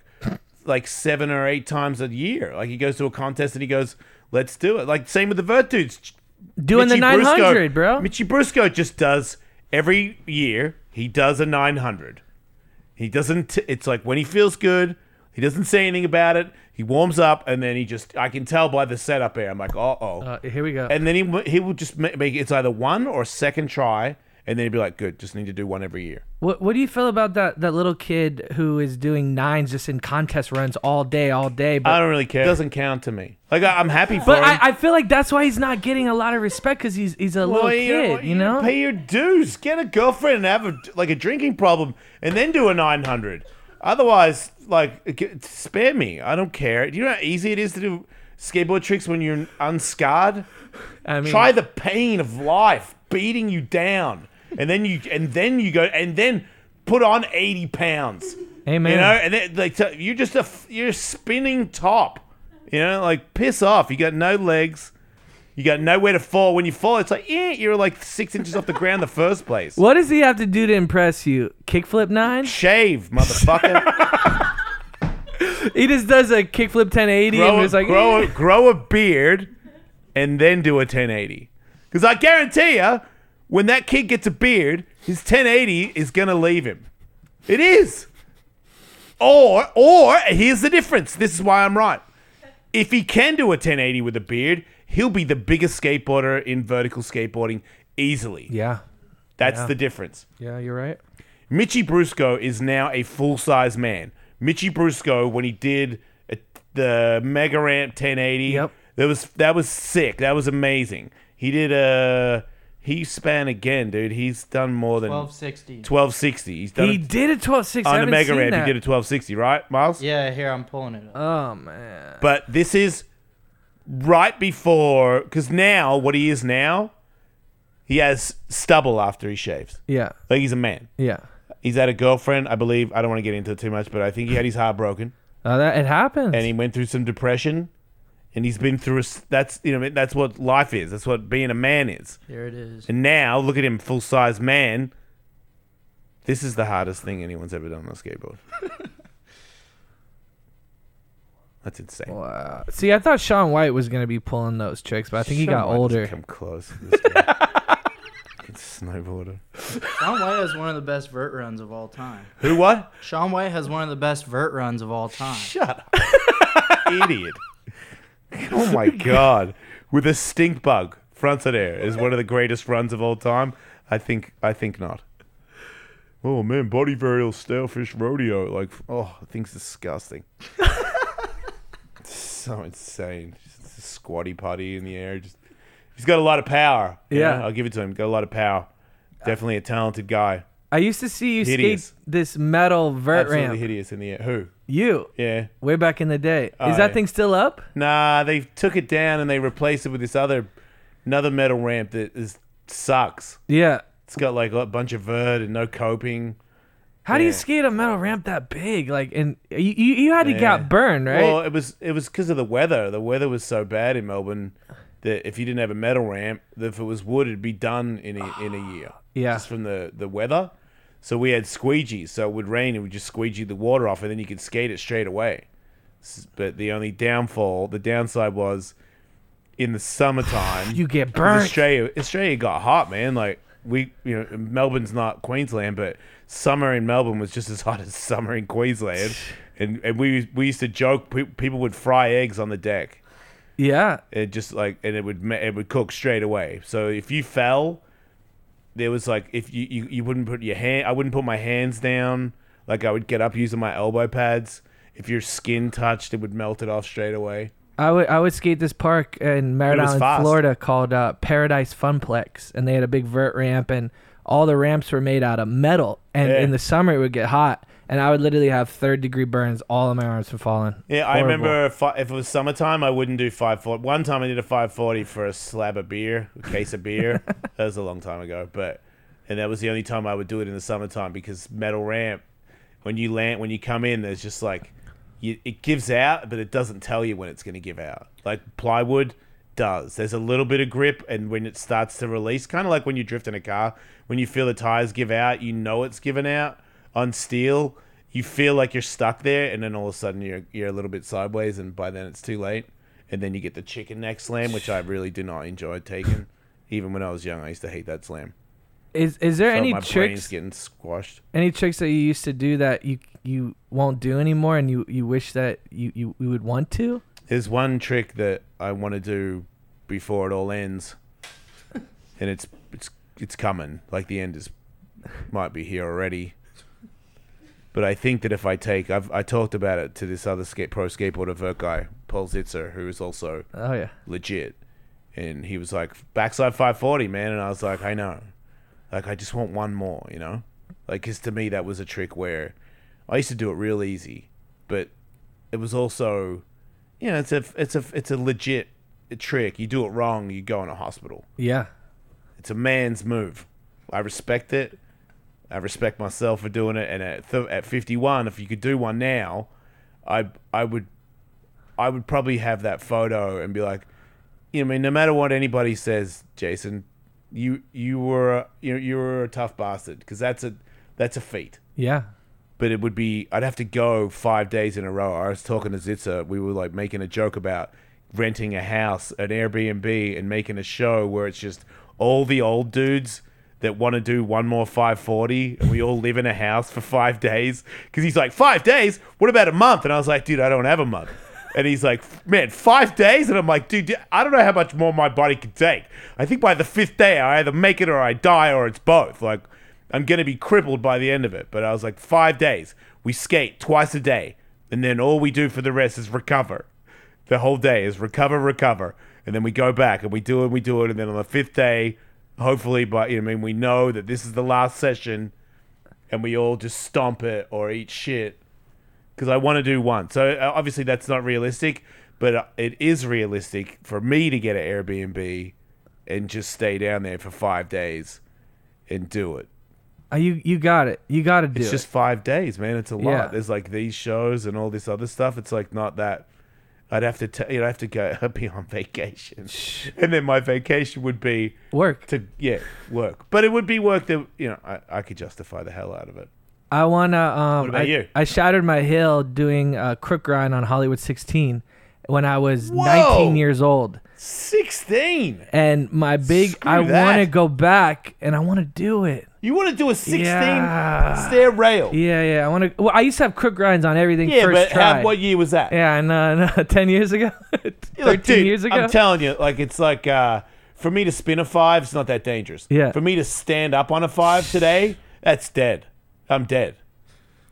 Speaker 1: like seven or eight times a year. Like he goes to a contest and he goes, "Let's do it." Like same with the vert dudes.
Speaker 2: Doing the 900, bro.
Speaker 1: Mitchy Brusco just does every year. He does a nine hundred. He doesn't. It's like when he feels good. He doesn't say anything about it. He warms up and then he just. I can tell by the setup here. I'm like, uh oh.
Speaker 2: Uh, here we go
Speaker 1: And then he w- he will just ma- make it's either one or a second try, and then he'd be like, "Good, just need to do one every year."
Speaker 2: What What do you feel about that that little kid who is doing nines just in contest runs all day, all day?
Speaker 1: I
Speaker 2: But
Speaker 1: don't really care. doesn't count to me. Like I, I'm happy for
Speaker 2: but
Speaker 1: him.
Speaker 2: I, I feel like that's why he's not getting a lot of respect because he's he's a little
Speaker 1: Well,
Speaker 2: kid, you know.
Speaker 1: Pay your dues. Get a girlfriend and have a, like a drinking problem, and then do a nine hundred. Otherwise, like g- spare me. I don't care. Do you know how easy it is to do skateboard tricks when you're unscarred?
Speaker 2: I mean,
Speaker 1: Try the pain of life beating you down, and then you and then you go and then put on eighty pounds.
Speaker 2: Amen.
Speaker 1: You know, and then, like so you're just a f- you're a spinning top. You know, like piss off. You got no legs. You got nowhere to fall. When you fall, it's like eh, you're like six inches off the ground the first place.
Speaker 2: What does he have to do to impress you? Kickflip nine?
Speaker 1: Shave, motherfucker.
Speaker 2: He just does a kickflip 1080 and
Speaker 1: grow, a,
Speaker 2: was like,
Speaker 1: grow, a,
Speaker 2: "Eh."
Speaker 1: grow a beard, and then do a 1080. Because I guarantee you, when that kid gets a beard, his 1080 is gonna leave him. It is. Or, or here's the difference. This is why I'm right. If he can do a 1080 with a beard, he'll be the biggest skateboarder in vertical skateboarding easily.
Speaker 2: yeah,
Speaker 1: That's
Speaker 2: yeah.
Speaker 1: the difference.
Speaker 2: yeah, you're right.
Speaker 1: Mitchy Brusco is now a full size man. Mitchy Brusco, when he did uh, the Mega Ramp 1080,
Speaker 2: Yep.
Speaker 1: that was that was sick. That was amazing. He did a he span again, dude. He's done more than
Speaker 5: 1260.
Speaker 1: 1260. He's done
Speaker 2: He
Speaker 1: it
Speaker 2: did a 12 6
Speaker 1: on a Mega Ramp. He did a 1260, right, Miles?
Speaker 5: Yeah, here I'm pulling it up.
Speaker 2: Oh man,
Speaker 1: But this is right before, because now what he is now, he has stubble after he shaves.
Speaker 2: yeah,
Speaker 1: Like he's a man.
Speaker 2: yeah.
Speaker 1: He's had a girlfriend, I believe. I don't want to get into it too much, but I think he had his heart broken,
Speaker 2: Uh, that it happens.
Speaker 1: and he went through some depression, and he's been through. A, s- that's you know that's what life is. That's what being a man is.
Speaker 5: Here it is.
Speaker 1: And now look at him, full size man. This is the hardest thing anyone's ever done on a skateboard. that's insane.
Speaker 2: wow. See, I thought Sean White was gonna be pulling those tricks, but I think he got
Speaker 1: Someone
Speaker 2: older.
Speaker 1: Come close. To this guy. Good snowboarder.
Speaker 5: Sean White has one of the best vert runs of all time.
Speaker 1: Who? What?
Speaker 5: Sean White has one of the best vert runs of all time.
Speaker 1: Shut up, idiot! Oh my god! With a stink bug, fronted air is one of the greatest runs of all time. I think. I think not. Oh man, body burial, stalefish rodeo. Like, oh, that thing's disgusting. so insane. Just a squatty potty in the air. Just, he's got a lot of power. you
Speaker 2: Yeah.
Speaker 1: know? I'll give it to him. Got a lot of power. Definitely a talented guy.
Speaker 2: I used to see you
Speaker 1: Hideous.
Speaker 2: skate this metal vert
Speaker 1: Absolutely
Speaker 2: ramp.
Speaker 1: hideous in the air. Who?
Speaker 2: You
Speaker 1: Yeah.
Speaker 2: way back in the day.
Speaker 1: Oh,
Speaker 2: Is that
Speaker 1: yeah.
Speaker 2: thing still up?
Speaker 1: Nah, they took it down and they replaced it with this other, another metal ramp that is sucks.
Speaker 2: Yeah.
Speaker 1: It's got like a bunch of vert and no coping.
Speaker 2: How do you
Speaker 1: Yeah.
Speaker 2: skate a metal ramp that big? Like, and you you, you had to
Speaker 1: Yeah.
Speaker 2: get burned, right?
Speaker 1: Well, it was it was because of the weather. The weather was so bad in Melbourne that if you didn't have a metal ramp, that if it was wood, it'd be done in a, in a year.
Speaker 2: Yeah.
Speaker 1: just from the the weather. So we had squeegees. So it would rain and we just squeegee the water off, and then you could skate it straight away. S- But the only downfall, the downside was, in the summertime,
Speaker 2: you get
Speaker 1: 'Cause
Speaker 2: burned.
Speaker 1: Australia, Australia got hot, man. Like we, you know, Melbourne's not Queensland, but summer in Melbourne was just as hot as summer in Queensland. And and we we used to joke pe- people would fry eggs on the deck.
Speaker 2: yeah.
Speaker 1: It just like and it would ma- it would cook straight away. So if you fell, there was like if you you, you wouldn't put your hand, I wouldn't put my hands down. Like I would get up using my elbow pads. If your skin touched, it would melt it off straight away.
Speaker 2: I would I would skate this park in Merritt
Speaker 1: It was
Speaker 2: Island,
Speaker 1: fast.
Speaker 2: Florida, called uh, Paradise Funplex, and they had a big vert ramp, and all the ramps were made out of metal. And
Speaker 1: Yeah.
Speaker 2: in the summer, it would get hot, and I would literally have third degree burns all of my arms from falling.
Speaker 1: Yeah, I
Speaker 2: Horrible.
Speaker 1: remember if, I, if it was summertime, I wouldn't do 540. One time I did a 540 for a slab of beer, a case of beer. that was a long time ago, but and that was the only time I would do it in the summertime because metal ramp when you land when you come in there's just like you, it gives out, but it doesn't tell you when it's going to give out. Like plywood does. There's a little bit of grip and when it starts to release, kind of like when you drift in a car, when you feel the tires give out, you know it's giving out. On steel, you feel like you're stuck there, and then all of a sudden you're you're a little bit sideways, and by then it's too late. And then you get the chicken neck slam, which I really do not enjoy taking. Even when I was young, I used to hate that slam.
Speaker 2: Is is there
Speaker 1: Felt
Speaker 2: any
Speaker 1: my brain's
Speaker 2: tricks
Speaker 1: getting squashed.
Speaker 2: any tricks that you used to do that you you won't do anymore, and you, you wish that you, you, you would want to?
Speaker 1: There's one trick that I want to do before it all ends, and it's it's it's coming. Like the end is might be here already. But I think that if I take, I've I talked about it to this other skate pro skateboarder vert guy, Paul Zitzer, who is also
Speaker 2: Oh yeah,
Speaker 1: legit, and he was like backside 540, man, and I was like, I know, like I just want one more, you know, like because to me that was a trick where I used to do it real easy, but it was also, you know, it's a it's a it's a legit trick. You do it wrong, you go in a hospital.
Speaker 2: yeah.
Speaker 1: It's a man's move. I respect it. I respect myself for doing it. And at th- at 51, if you could do one now, I I would I would probably have that photo and be like, you know, I mean, no matter what anybody says, Jason, you you were a, you you were a tough bastard because that's a that's a feat
Speaker 2: Yeah.
Speaker 1: but it would be I'd have to go five days in a row. I was talking to Zitza. We were like making a joke about renting a house, an Airbnb, and making a show where it's just all the old dudes that want to do one more 540 and we all live in a house for five days because he's like five days what about a month and i was like dude i don't have a month and he's like man five days and i'm like dude i don't know how much more my body can take i think by the fifth day i either make it or i die or it's both like I'm going to be crippled by the end of it. But I was like, five days. We skate twice a day. And then all we do for the rest is recover. The whole day is recover, recover. And then we go back and we do it, we do it. And then on the fifth day, hopefully, but you know, I mean, we know that this is the last session and we all just stomp it or eat shit because I want to do one. So uh, obviously, that's not realistic, but uh, it is realistic for me to get an Airbnb and just stay down there for five days and do it.
Speaker 2: Uh, you you got it. You got to do
Speaker 1: It's
Speaker 2: it.
Speaker 1: just five days, man. It's a lot.
Speaker 2: Yeah.
Speaker 1: There's like these shows and all this other stuff. It's like not that. I'd have to, t- you know, I have to go. I'd be on vacation, and then my vacation would be
Speaker 2: work.
Speaker 1: to yeah work, but it would be work that you know I, I could justify the hell out of it.
Speaker 2: I wanna. Um,
Speaker 1: What about
Speaker 2: I,
Speaker 1: you?
Speaker 2: I shattered my heel doing a crook grind on Hollywood 16 when I was
Speaker 1: Whoa!
Speaker 2: 19 years old,
Speaker 1: Sixteen.
Speaker 2: and my big.
Speaker 1: Screw
Speaker 2: I
Speaker 1: that.
Speaker 2: want to go back, and I want to do it.
Speaker 1: You want to do a sixteen
Speaker 2: Yeah.
Speaker 1: stair rail?
Speaker 2: Yeah, yeah. I want to. Well, I used to have crook grinds on everything
Speaker 1: Yeah, but
Speaker 2: first try.
Speaker 1: how, what year was that?
Speaker 2: yeah, and uh, no, 10 years ago, 13
Speaker 1: Look, dude,
Speaker 2: years ago.
Speaker 1: I'm telling you, like it's like uh, for me to spin a five, it's not that dangerous.
Speaker 2: Yeah.
Speaker 1: For me to stand up on a five today, that's dead. I'm dead.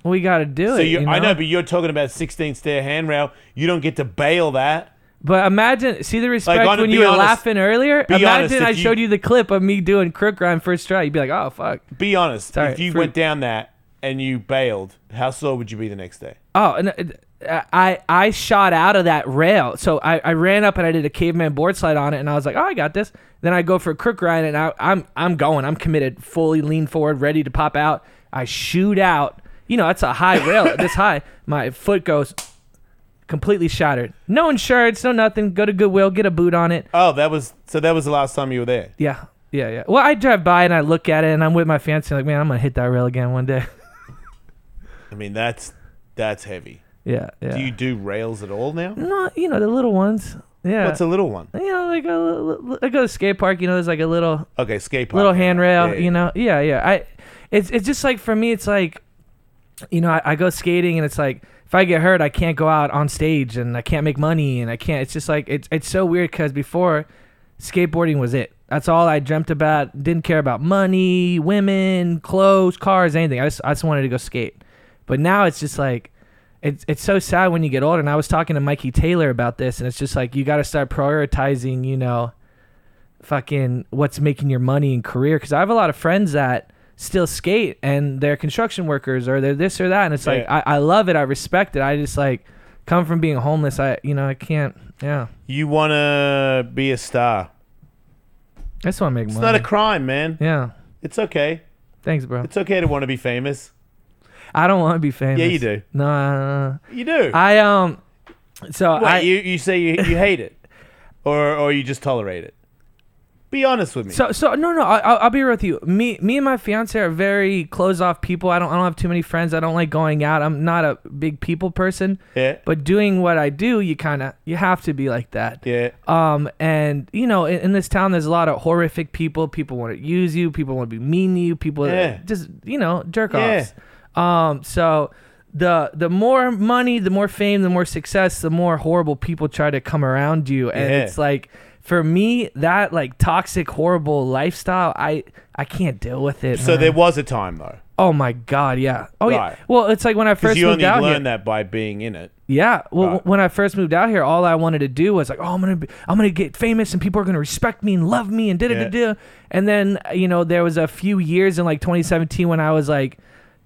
Speaker 2: we got to do
Speaker 1: So
Speaker 2: it.
Speaker 1: you,
Speaker 2: you
Speaker 1: I know, but you're talking about 16 stair handrail. You don't get to bail that.
Speaker 2: But imagine, see the respect
Speaker 1: Like, on-
Speaker 2: when
Speaker 1: be
Speaker 2: you were
Speaker 1: honest.
Speaker 2: laughing earlier.
Speaker 1: Be honest,
Speaker 2: Imagine
Speaker 1: if
Speaker 2: I
Speaker 1: you-
Speaker 2: showed you the clip of me doing crook grind first try. You'd be like, oh fuck.
Speaker 1: Be honest.
Speaker 2: Sorry,
Speaker 1: if you
Speaker 2: fruit.
Speaker 1: went down that and you bailed, how sore would you be the next day?
Speaker 2: Oh, and uh, I I shot out of that rail. So I, I ran up and I did a caveman board slide on it, and I was like, oh, I got this. Then I go for a crook grind, and I, I'm I'm going. I'm committed, fully lean forward, ready to pop out. I shoot out. You know, that's a high rail, this high. My foot goes completely shattered. No insurance, no nothing. Go to Goodwill, get a boot on it.
Speaker 1: Oh, that was so. That was the last time you were there.
Speaker 2: Yeah, yeah, yeah. Well, I drive by and I look at it, and I'm with my fancy, like, man, I'm gonna hit that rail again one day.
Speaker 1: I mean, that's that's heavy.
Speaker 2: yeah, yeah.
Speaker 1: Do you do rails at all now?
Speaker 2: no, you know the little ones. Yeah.
Speaker 1: What's a little one?
Speaker 2: you know, like a li- li- I go to skate park. You know, there's like a little
Speaker 1: Okay, skate park.
Speaker 2: little handrail.
Speaker 1: Yeah, yeah.
Speaker 2: You know, yeah, yeah. I, it's it's just like for me, it's like, you know, I, I go skating and it's like if I get hurt, I can't go out on stage and I can't make money and I can't. It's just like it's it's so weird because before, skateboarding was it. That's all I dreamt about. Didn't care about money, women, clothes, cars, anything. I just I just wanted to go skate. But now it's just like it's it's so sad when you get older. And I was talking to Mikey Taylor about this, and it's just like you got to start prioritizing, you know, fucking what's making your money and career. Because I have a lot of friends that still skate and they're construction workers or they're this or that, and it's like
Speaker 1: Yeah.
Speaker 2: I, I love it, I respect it. I just like come from being homeless. I you know I can't. Yeah,
Speaker 1: You want to be a star.
Speaker 2: I just want to make
Speaker 1: It's
Speaker 2: money.
Speaker 1: not a crime, man.
Speaker 2: yeah,
Speaker 1: It's okay.
Speaker 2: thanks, bro.
Speaker 1: It's okay to want to be famous.
Speaker 2: I don't want to be famous.
Speaker 1: Yeah, you do.
Speaker 2: No, I-
Speaker 1: You do.
Speaker 2: I um. So
Speaker 1: Wait,
Speaker 2: I
Speaker 1: you, you say you, you hate it, or or you just tolerate it. Be honest with me.
Speaker 2: So so no no I, I'll, I'll be real with you. Me me and my fiance are very closed off people. I don't I don't have too many friends. I don't like going out. I'm not a big people person.
Speaker 1: yeah,
Speaker 2: But doing what I do, you kind of you have to be like that.
Speaker 1: yeah.
Speaker 2: Um, and you know, in, in this town, there's a lot of horrific people. People want to use you. People want to be mean to you. People
Speaker 1: Yeah.
Speaker 2: just you know jerk
Speaker 1: Yeah.
Speaker 2: offs. Um, so the the more money, the more fame, the more success, the more horrible people try to come around you, and
Speaker 1: Yeah.
Speaker 2: it's like for me that like toxic horrible lifestyle, I I can't deal with it.
Speaker 1: So
Speaker 2: man.
Speaker 1: there was a time though,
Speaker 2: oh my god, yeah. Oh yeah.
Speaker 1: Right.
Speaker 2: Well, it's like when I
Speaker 1: because
Speaker 2: first
Speaker 1: you
Speaker 2: moved
Speaker 1: only
Speaker 2: out
Speaker 1: learn
Speaker 2: here.
Speaker 1: that by being in it.
Speaker 2: Yeah. Well,
Speaker 1: Right.
Speaker 2: when I first moved out here, all I wanted to do was like, oh, I'm gonna, be, I'm gonna get famous, and people are gonna respect me and love me, and da da da da. And then you know there was a few years in like 2017 when I was like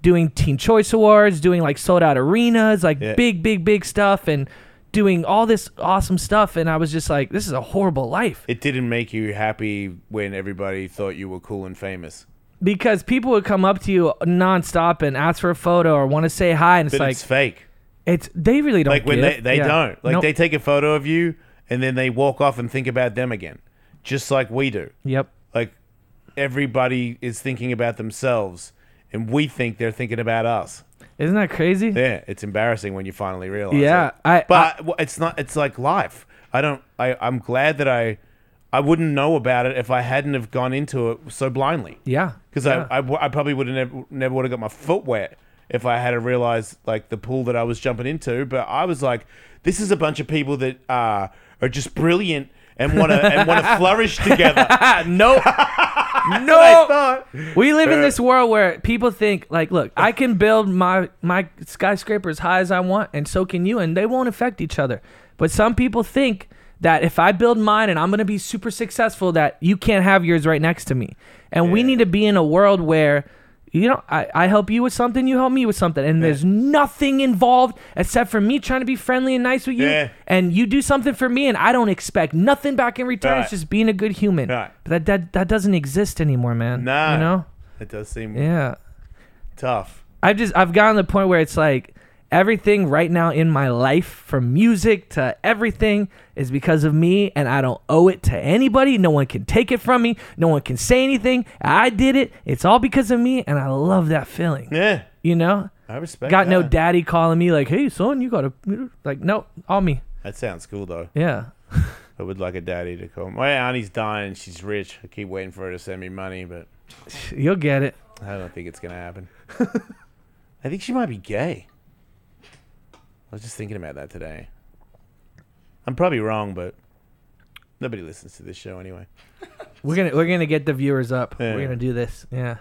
Speaker 2: doing Teen Choice Awards, doing like sold out arenas, like
Speaker 1: Yeah.
Speaker 2: big, big, big stuff, and doing all this awesome stuff. And I was just like, this is a horrible life
Speaker 1: It didn't make you happy when everybody thought you were cool and famous.
Speaker 2: because people would come up to you nonstop and ask for a photo or want to say hi, and it's
Speaker 1: But
Speaker 2: like
Speaker 1: it's
Speaker 2: it's,
Speaker 1: fake.
Speaker 2: they really don't
Speaker 1: Like when
Speaker 2: give.
Speaker 1: they they
Speaker 2: Yeah.
Speaker 1: don't like
Speaker 2: Nope.
Speaker 1: they take a photo of you and then they walk off and think about them again, just like we do.
Speaker 2: Yep.
Speaker 1: Like everybody is thinking about themselves, and we think they're thinking about us.
Speaker 2: Isn't that crazy?
Speaker 1: Yeah, it's embarrassing when you finally realize.
Speaker 2: Yeah,
Speaker 1: it.
Speaker 2: I-
Speaker 1: but well, it's not. It's like life. I don't. I. I'm glad that I. I wouldn't know about it if I hadn't have gone into it so blindly.
Speaker 2: Yeah.
Speaker 1: Because
Speaker 2: Yeah.
Speaker 1: I, I w- I probably would have never, never would have got my foot wet if I had realized like the pool that I was jumping into. But I was like, this is a bunch of people that uh, are just brilliant and want to and want to flourish together.
Speaker 2: no.
Speaker 1: I
Speaker 2: no.
Speaker 1: thought.
Speaker 2: We live in this world where people think like, look, I can build my my skyscraper as high as I want and so can you and they won't affect each other. But some people think that if I build mine and I'm going to be super successful that you can't have yours right next to me. And we need to be in a world where you know, I, I help you with something, you help me with something, and there's nothing involved except for me trying to be friendly and nice with you,
Speaker 1: Yeah.
Speaker 2: and you do something for me, and I don't expect nothing back in return.
Speaker 1: Right.
Speaker 2: It's just being a good human.
Speaker 1: Right.
Speaker 2: But that, that that doesn't exist anymore, man.
Speaker 1: Nah.
Speaker 2: You know?
Speaker 1: It does seem
Speaker 2: Yeah.
Speaker 1: tough.
Speaker 2: I've just I've gotten to the point where it's like everything right now in my life, from music to everything, is because of me, and I don't owe it to anybody. No one can take it from me. No one can say anything. I did it. It's all because of me, and I love that feeling.
Speaker 1: Yeah,
Speaker 2: You know?
Speaker 1: I respect.
Speaker 2: Got no
Speaker 1: that.
Speaker 2: daddy calling me like, "Hey, son, you gotta," like, no, all me.
Speaker 1: That sounds cool though.
Speaker 2: Yeah.
Speaker 1: I would like a daddy to call. My auntie's dying. She's rich. I keep waiting for her to send me money, but
Speaker 2: You'll get it.
Speaker 1: I don't think it's gonna happen. I think she might be gay. I was just thinking about that today. I'm probably wrong, but nobody listens to this show anyway.
Speaker 2: We're gonna we're gonna get the viewers up. We're
Speaker 1: Yeah.
Speaker 2: gonna do this. Yeah.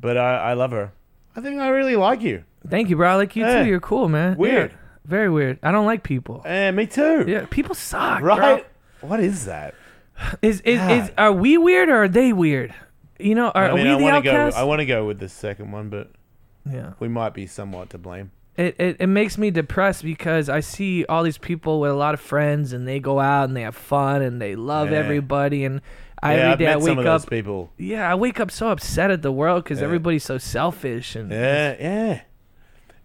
Speaker 1: But I, I love her. I think I really like you.
Speaker 2: Thank you, bro. I like you
Speaker 1: Yeah.
Speaker 2: too. You're cool, man. Yeah.
Speaker 1: Weird.
Speaker 2: Very weird. I don't like people.
Speaker 1: Eh, me too.
Speaker 2: Yeah, people suck. bro.
Speaker 1: right? What is that?
Speaker 2: Is is, is
Speaker 1: God.
Speaker 2: are we weird or are they weird? You know, are,
Speaker 1: I mean,
Speaker 2: are
Speaker 1: I
Speaker 2: we the
Speaker 1: want to go.
Speaker 2: outcasts?
Speaker 1: I want to go with the second one, but
Speaker 2: yeah.
Speaker 1: we might be somewhat to blame.
Speaker 2: It, it it makes me depressed because I see all these people with a lot of friends and they go out and they have fun and they love
Speaker 1: Yeah.
Speaker 2: everybody and I,
Speaker 1: yeah,
Speaker 2: every
Speaker 1: I've
Speaker 2: day I
Speaker 1: met some of
Speaker 2: wake up.
Speaker 1: those people.
Speaker 2: Yeah, I wake up so upset at the world because everybody's so selfish and
Speaker 1: Yeah, yeah.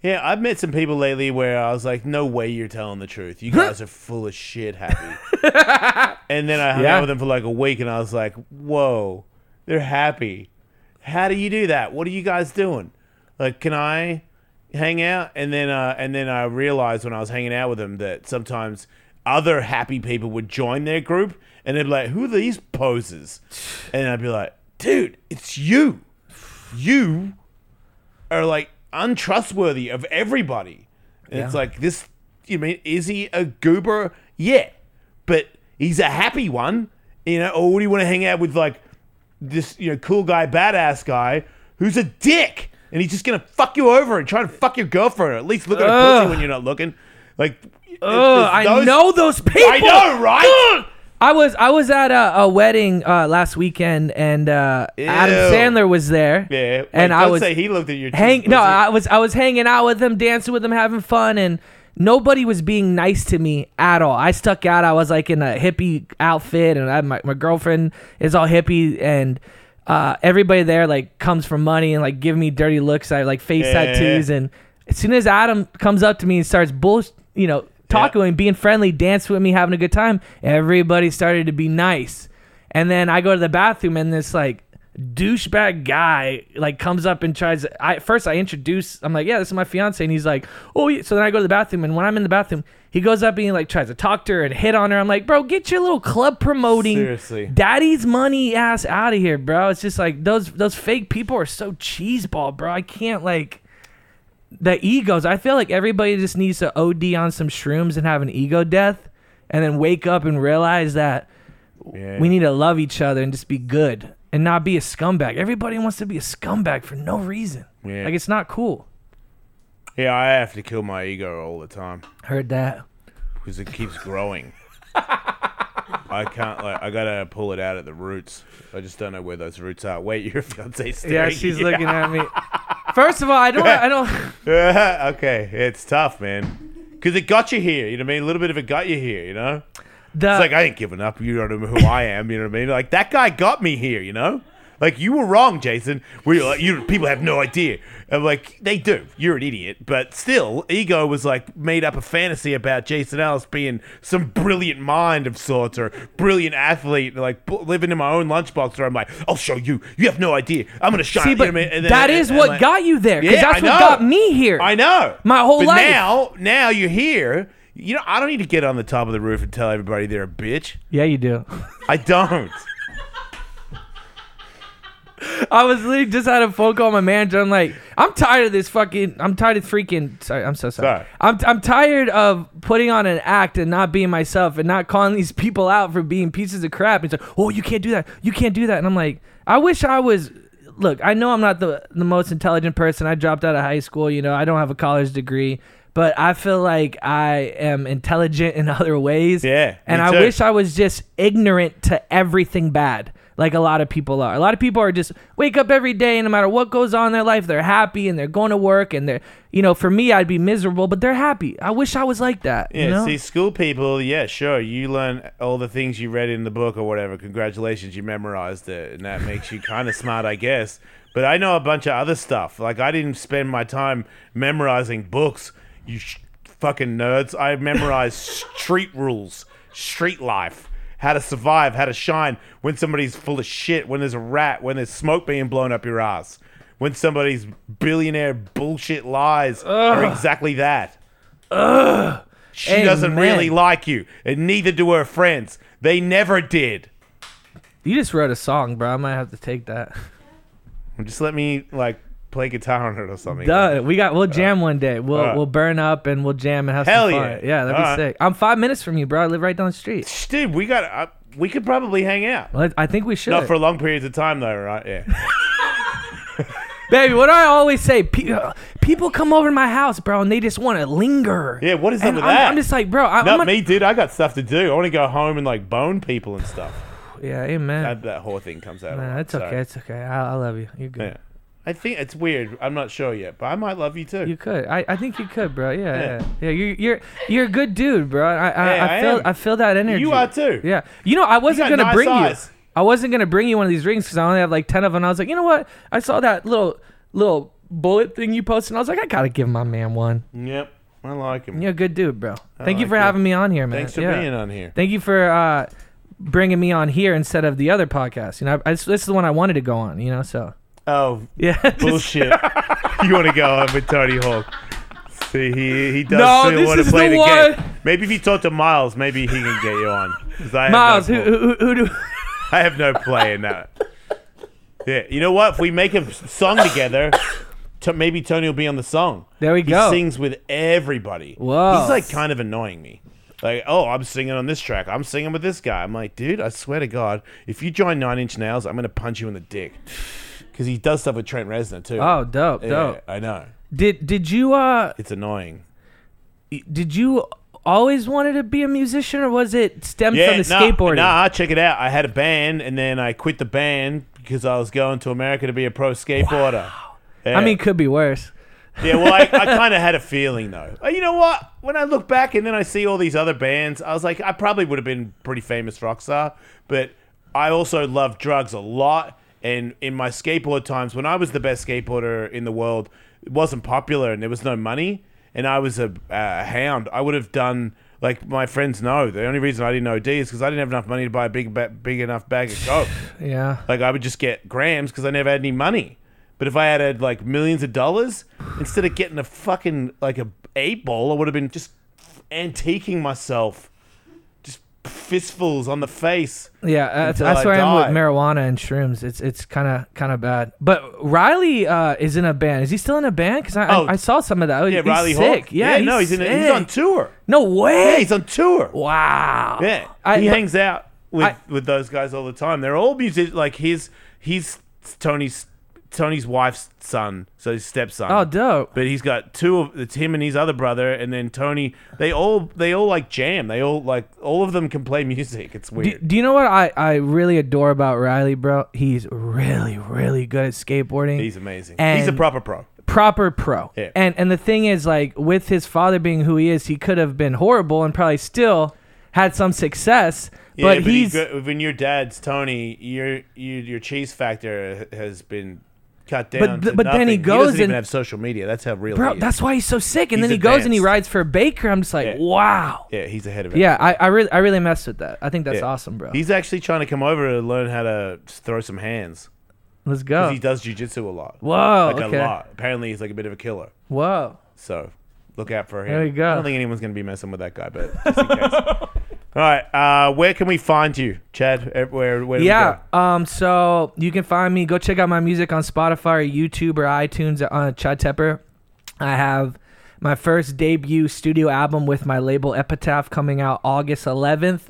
Speaker 1: Yeah, I've met some people lately where I was like, no way you're telling the truth. You guys are full of shit happy. and then I hung
Speaker 2: Yeah.
Speaker 1: out with them for like a week and I was like, whoa, they're happy. How do you do that? What are you guys doing? Like, can I hang out? And then uh, and then I realized when I was hanging out with them that sometimes other happy people would join their group and they'd be like, who are these posers? And I'd be like, dude, it's you. You are like untrustworthy of everybody. And it's
Speaker 2: Yeah.
Speaker 1: like this you mean is he a goober? Yeah. But he's a happy one. You know, or do you want to hang out with like this, you know, cool guy, badass guy who's a dick? and he's just gonna fuck you over and try to fuck your girlfriend. Or at least look at her
Speaker 2: Ugh.
Speaker 1: pussy when you're not looking. Like, it-
Speaker 2: Ugh,
Speaker 1: it's
Speaker 2: I know those people.
Speaker 1: I know, right?
Speaker 2: I was I was at a, a wedding uh, last weekend and uh, Adam
Speaker 1: Ew.
Speaker 2: Sandler was there.
Speaker 1: Yeah, like,
Speaker 2: and I
Speaker 1: don't
Speaker 2: was
Speaker 1: say he looked at your
Speaker 2: hang.
Speaker 1: pussy.
Speaker 2: No, I was I was hanging out with him, dancing with him, having fun, and nobody was being nice to me at all. I stuck out. I was like in a hippie outfit, and I, my my girlfriend is all hippie, and uh, everybody there like comes for money and like give me dirty looks. I like face
Speaker 1: Yeah.
Speaker 2: tattoos, and as soon as Adam comes up to me and starts bull, you know, talking with me, being friendly, dancing with me, having a good time, everybody started to be nice. And then I go to the bathroom and this like douchebag guy like comes up and tries I first I introduce I'm like, "Yeah, this is my fiance." And he's like, "Oh, yeah." so then I go to the bathroom and when I'm in the bathroom, he goes up and he like tries to talk to her and hit on her. I'm like, "Bro, get your little club promoting
Speaker 1: Seriously.
Speaker 2: daddy's money ass out of here, bro." It's just like those those fake people are so cheeseball, bro. I can't like the egos. I feel like everybody just needs to OD on some shrooms and have an ego death and then wake up and realize that
Speaker 1: Yeah.
Speaker 2: we need to love each other and just be good and not be a scumbag. Everybody wants to be a scumbag for no reason.
Speaker 1: Yeah.
Speaker 2: Like it's not cool.
Speaker 1: yeah, I have to kill my ego all the time
Speaker 2: Heard that.
Speaker 1: because it keeps growing. I can't like I gotta pull it out at the roots. I just don't know where those roots are. Wait, your fiance's staring.
Speaker 2: Yeah,
Speaker 1: at
Speaker 2: she's
Speaker 1: you.
Speaker 2: looking at me. First of all, I don't I don't
Speaker 1: okay, it's tough, man. Because it got you here, you know what I mean? A little bit of it got you here, you know?
Speaker 2: the
Speaker 1: It's like, I ain't giving up. You don't know who I am, you know what I mean? Like, that guy got me here, you know? Like, you were wrong, Jason. We were like, you, people have no idea. I'm like, they do. You're an idiot. But still, Ego was like, made up a fantasy about Jason Ellis being some brilliant mind of sorts or brilliant athlete, like, bu- living in my own lunchbox where I'm like, I'll show you. You have no idea. I'm going to shine.
Speaker 2: See, but
Speaker 1: you know what I mean? And then-
Speaker 2: that
Speaker 1: and-
Speaker 2: is
Speaker 1: and
Speaker 2: what
Speaker 1: like-
Speaker 2: got you there. Because
Speaker 1: Yeah, I
Speaker 2: that's what
Speaker 1: know.
Speaker 2: got me here.
Speaker 1: I know.
Speaker 2: My whole
Speaker 1: but
Speaker 2: life.
Speaker 1: Now, now you're here. You know, I don't need to get on the top of the roof and tell everybody they're a bitch.
Speaker 2: Yeah, you do.
Speaker 1: I don't.
Speaker 2: I was literally just had a phone call with my manager. I'm like, I'm tired of this fucking. I'm tired of freaking. Sorry, I'm so sorry.
Speaker 1: Sorry.
Speaker 2: I'm I'm tired of putting on an act and not being myself and not calling these people out for being pieces of crap. It's like, oh, you can't do that. You can't do that. And I'm like, I wish I was. Look, I know I'm not the the most intelligent person. I dropped out of high school. You know, I don't have a college degree. But I feel like I am intelligent in other ways.
Speaker 1: Yeah,
Speaker 2: And
Speaker 1: me
Speaker 2: I
Speaker 1: too.
Speaker 2: wish I was just ignorant to everything bad, like a lot of people are. A lot of people are just wake up every day, and no matter what goes on in their life, they're happy and they're going to work and they're, you know, for me, I'd be miserable, but they're happy. I wish I was like that.
Speaker 1: Yeah,
Speaker 2: you know?
Speaker 1: see, school people, yeah, sure. You learn all the things you read in the book or whatever. Congratulations, you memorized it. And that makes you kind of smart, I guess. But I know a bunch of other stuff. Like, I didn't spend my time memorizing books, you sh- fucking nerds. I memorized street rules, street life. How to survive, how to shine when somebody's full of shit, when there's a rat, when there's smoke being blown up your ass, when somebody's billionaire bullshit lies are exactly that. She doesn't
Speaker 2: Amen.
Speaker 1: really like you, and neither do her friends. They never did.
Speaker 2: you just wrote a song, bro. I might have to take that.
Speaker 1: Just let me like play guitar on it or something.
Speaker 2: Duh, we got, we'll jam one day. We'll,
Speaker 1: Alright.
Speaker 2: we'll burn up and we'll jam and have
Speaker 1: Uh, Hell
Speaker 2: some
Speaker 1: yeah.
Speaker 2: fun. Yeah, that'd be
Speaker 1: Alright.
Speaker 2: sick. I'm five minutes from you, bro. I live right down the street.
Speaker 1: Shh, Dude, we got. Uh, we could probably hang out.
Speaker 2: Well, I think we should.
Speaker 1: Not for long periods of time though, right? Yeah.
Speaker 2: Baby, what do I always say? Pe- uh, people come over to my house, bro, and they just want to linger.
Speaker 1: Yeah, what is up
Speaker 2: and
Speaker 1: with
Speaker 2: I'm,
Speaker 1: that?
Speaker 2: I'm just like, bro, I,
Speaker 1: Not
Speaker 2: am gonna,
Speaker 1: me, dude. I got stuff to do. I want to go home and like bone people and stuff.
Speaker 2: Yeah, amen.
Speaker 1: that, that whole thing comes out.
Speaker 2: Nah,
Speaker 1: alright,
Speaker 2: it's
Speaker 1: so-
Speaker 2: okay. It's okay. I, I love you. You're good.
Speaker 1: Yeah. I think it's weird. I'm not sure yet, but I might love you too.
Speaker 2: You could. I, I think you could, bro. Yeah,
Speaker 1: Yeah.
Speaker 2: yeah, yeah. You're you're you're a good dude, bro. I I,
Speaker 1: Yeah,
Speaker 2: I
Speaker 1: I
Speaker 2: feel
Speaker 1: am.
Speaker 2: I feel that energy.
Speaker 1: You are too.
Speaker 2: Yeah. You know, I wasn't
Speaker 1: got
Speaker 2: gonna
Speaker 1: nice
Speaker 2: bring
Speaker 1: eyes.
Speaker 2: you. I wasn't gonna bring you one of these rings because I only have like ten of them. And I was like, you know what? I saw that little little bullet thing you posted, and I was like, I gotta give my man one.
Speaker 1: Yep. I like him.
Speaker 2: You're a good dude, bro. Thank you
Speaker 1: Mm. like
Speaker 2: for
Speaker 1: you.
Speaker 2: having me on here, man.
Speaker 1: Thanks for
Speaker 2: Yeah.
Speaker 1: being on here.
Speaker 2: Thank you for uh, bringing me on here instead of the other podcast. You know, I, I- this is the one I wanted to go on. You know, so
Speaker 1: Oh,
Speaker 2: yeah. just-
Speaker 1: bullshit. you want to go on with Tony Hawk? See, he he does
Speaker 2: No,
Speaker 1: still
Speaker 2: this
Speaker 1: want
Speaker 2: is
Speaker 1: to play
Speaker 2: the
Speaker 1: the, game.
Speaker 2: one.
Speaker 1: Maybe if you talk to Miles, maybe he can get you on. 'Cause I have no
Speaker 2: Miles, who,
Speaker 1: clue.
Speaker 2: who, who do?
Speaker 1: I have no play in that. Yeah, you know what? If we make a song together, to, maybe Tony will be on the song.
Speaker 2: There we
Speaker 1: he
Speaker 2: go.
Speaker 1: sings with everybody.
Speaker 2: Whoa.
Speaker 1: He's like kind of annoying me. Like, oh, I'm singing on this track. I'm singing with this guy. I'm like, dude, I swear to God, if you join Nine Inch Nails, I'm gonna punch you in the dick. because he does stuff with Trent Reznor too.
Speaker 2: Oh, dope,
Speaker 1: Yeah,
Speaker 2: dope.
Speaker 1: I know.
Speaker 2: Did did you uh
Speaker 1: It's annoying.
Speaker 2: did you always wanted to be a musician or was it stemmed
Speaker 1: Yeah,
Speaker 2: from the
Speaker 1: nah,
Speaker 2: skateboarding?
Speaker 1: Nah, check it out. I had a band and then I quit the band because I was going to America to be a pro skateboarder. Yeah.
Speaker 2: I mean, could be worse.
Speaker 1: yeah. Well, I, I kind of had a feeling though. Uh, You know what? When I look back and then I see all these other bands, I was like, I probably would have been a pretty famous rock star, but I also loved drugs a lot. And in my skateboard times, when I was the best skateboarder in the world, it wasn't popular and there was no money. And I was a, a hound. I would have done like my friends know. The only reason I didn't OD is because I didn't have enough money to buy a big, ba- big enough bag of coke.
Speaker 2: Yeah.
Speaker 1: Like I would just get grams because I never had any money. But if I had, had like millions of dollars, instead of getting a fucking like a eight ball, I would have been just antiquing myself, just fistfuls on the face.
Speaker 2: Yeah, that's,
Speaker 1: Until
Speaker 2: that's
Speaker 1: I
Speaker 2: where I am with
Speaker 1: die.
Speaker 2: marijuana and shrooms. It's it's kind of kind of bad. But Riley uh, is in a band. Is he still in a band? Because I, I-
Speaker 1: Oh.
Speaker 2: I saw some of that. Oh,
Speaker 1: Yeah,
Speaker 2: he's
Speaker 1: Riley
Speaker 2: sick.
Speaker 1: Hawk.
Speaker 2: Yeah,
Speaker 1: no, he's in. A, he's
Speaker 2: sick.
Speaker 1: on tour.
Speaker 2: No way.
Speaker 1: Yeah, he's on tour.
Speaker 2: wow.
Speaker 1: Yeah,
Speaker 2: I-
Speaker 1: he
Speaker 2: but-
Speaker 1: hangs out with
Speaker 2: I-
Speaker 1: with those guys all the time. They're all music. Like his, he's Tony's Tony's wife's son, so his stepson.
Speaker 2: Oh, dope.
Speaker 1: But he's got two of it's him and his other brother, and then Tony. They all they all like jam. They all like all of them can play music. It's
Speaker 2: Do,
Speaker 1: weird.
Speaker 2: do you know what I, I really adore about Riley, bro? He's really really good at skateboarding.
Speaker 1: he's amazing. he's a
Speaker 2: and-
Speaker 1: proper pro.
Speaker 2: proper pro.
Speaker 1: Yeah.
Speaker 2: And and the thing is, like with his father being who he is, he could have been horrible and probably still had some success.
Speaker 1: Yeah,
Speaker 2: but,
Speaker 1: he
Speaker 2: he's
Speaker 1: go- when your dad's Tony, your your your cheese factor has been cut down.
Speaker 2: th-
Speaker 1: to
Speaker 2: but then he
Speaker 1: nothing.
Speaker 2: goes
Speaker 1: doesn't even
Speaker 2: and-
Speaker 1: have social media. That's how real.
Speaker 2: bro.
Speaker 1: he is.
Speaker 2: That's why he's so sick. And
Speaker 1: He's
Speaker 2: then he goes and he
Speaker 1: advanced.
Speaker 2: rides for Baker. I'm just like,
Speaker 1: Yeah.
Speaker 2: wow.
Speaker 1: yeah. He's ahead of it.
Speaker 2: Yeah, I, I really I really messed with that. I think that's
Speaker 1: Yeah.
Speaker 2: awesome, bro.
Speaker 1: He's actually trying to come over to learn how to throw some hands
Speaker 2: Let's
Speaker 1: 'cause
Speaker 2: go.
Speaker 1: he does jujitsu a lot.
Speaker 2: Whoa.
Speaker 1: like
Speaker 2: Oh. okay.
Speaker 1: a lot. Apparently, he's like a bit of a killer.
Speaker 2: Whoa.
Speaker 1: So look out for him.
Speaker 2: There you go.
Speaker 1: I don't think anyone's going to be messing with that guy, but just in case. All right. Uh, where can we find you, Chad? Eh, Where, where do we
Speaker 2: Yeah.
Speaker 1: go?
Speaker 2: Um. So you can find me. Go check out my music on Spotify, or YouTube, or iTunes on uh, Chad Tepper. I have my first debut studio album with my label Epitaph coming out August 11th.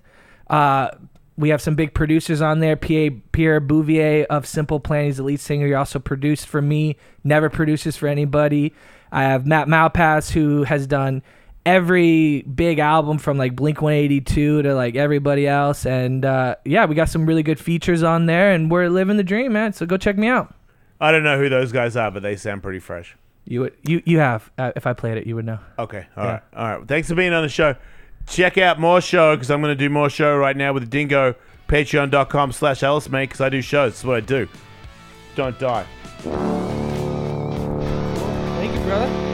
Speaker 2: Uh, we have some big producers on there. PA Pierre Bouvier of Simple Plan. He's the lead singer. He also produced for me. Never produces for anybody. I have Matt Malpass who has done every big album from like Blink 182 to like everybody else. And uh, yeah, we got some really good features on there, and we're living the dream, man. So go check me out.
Speaker 1: I don't know who those guys are, but they sound pretty fresh.
Speaker 2: You would, you you have uh, if I played it, you would know.
Speaker 1: Okay. all right, All right. Thanks for being on the show. Check out more show because I'm going to do more show right now with Dingo. Patreon.com slash Alice Mate because I do shows. That's what I do. Don't die.
Speaker 2: Thank you, brother.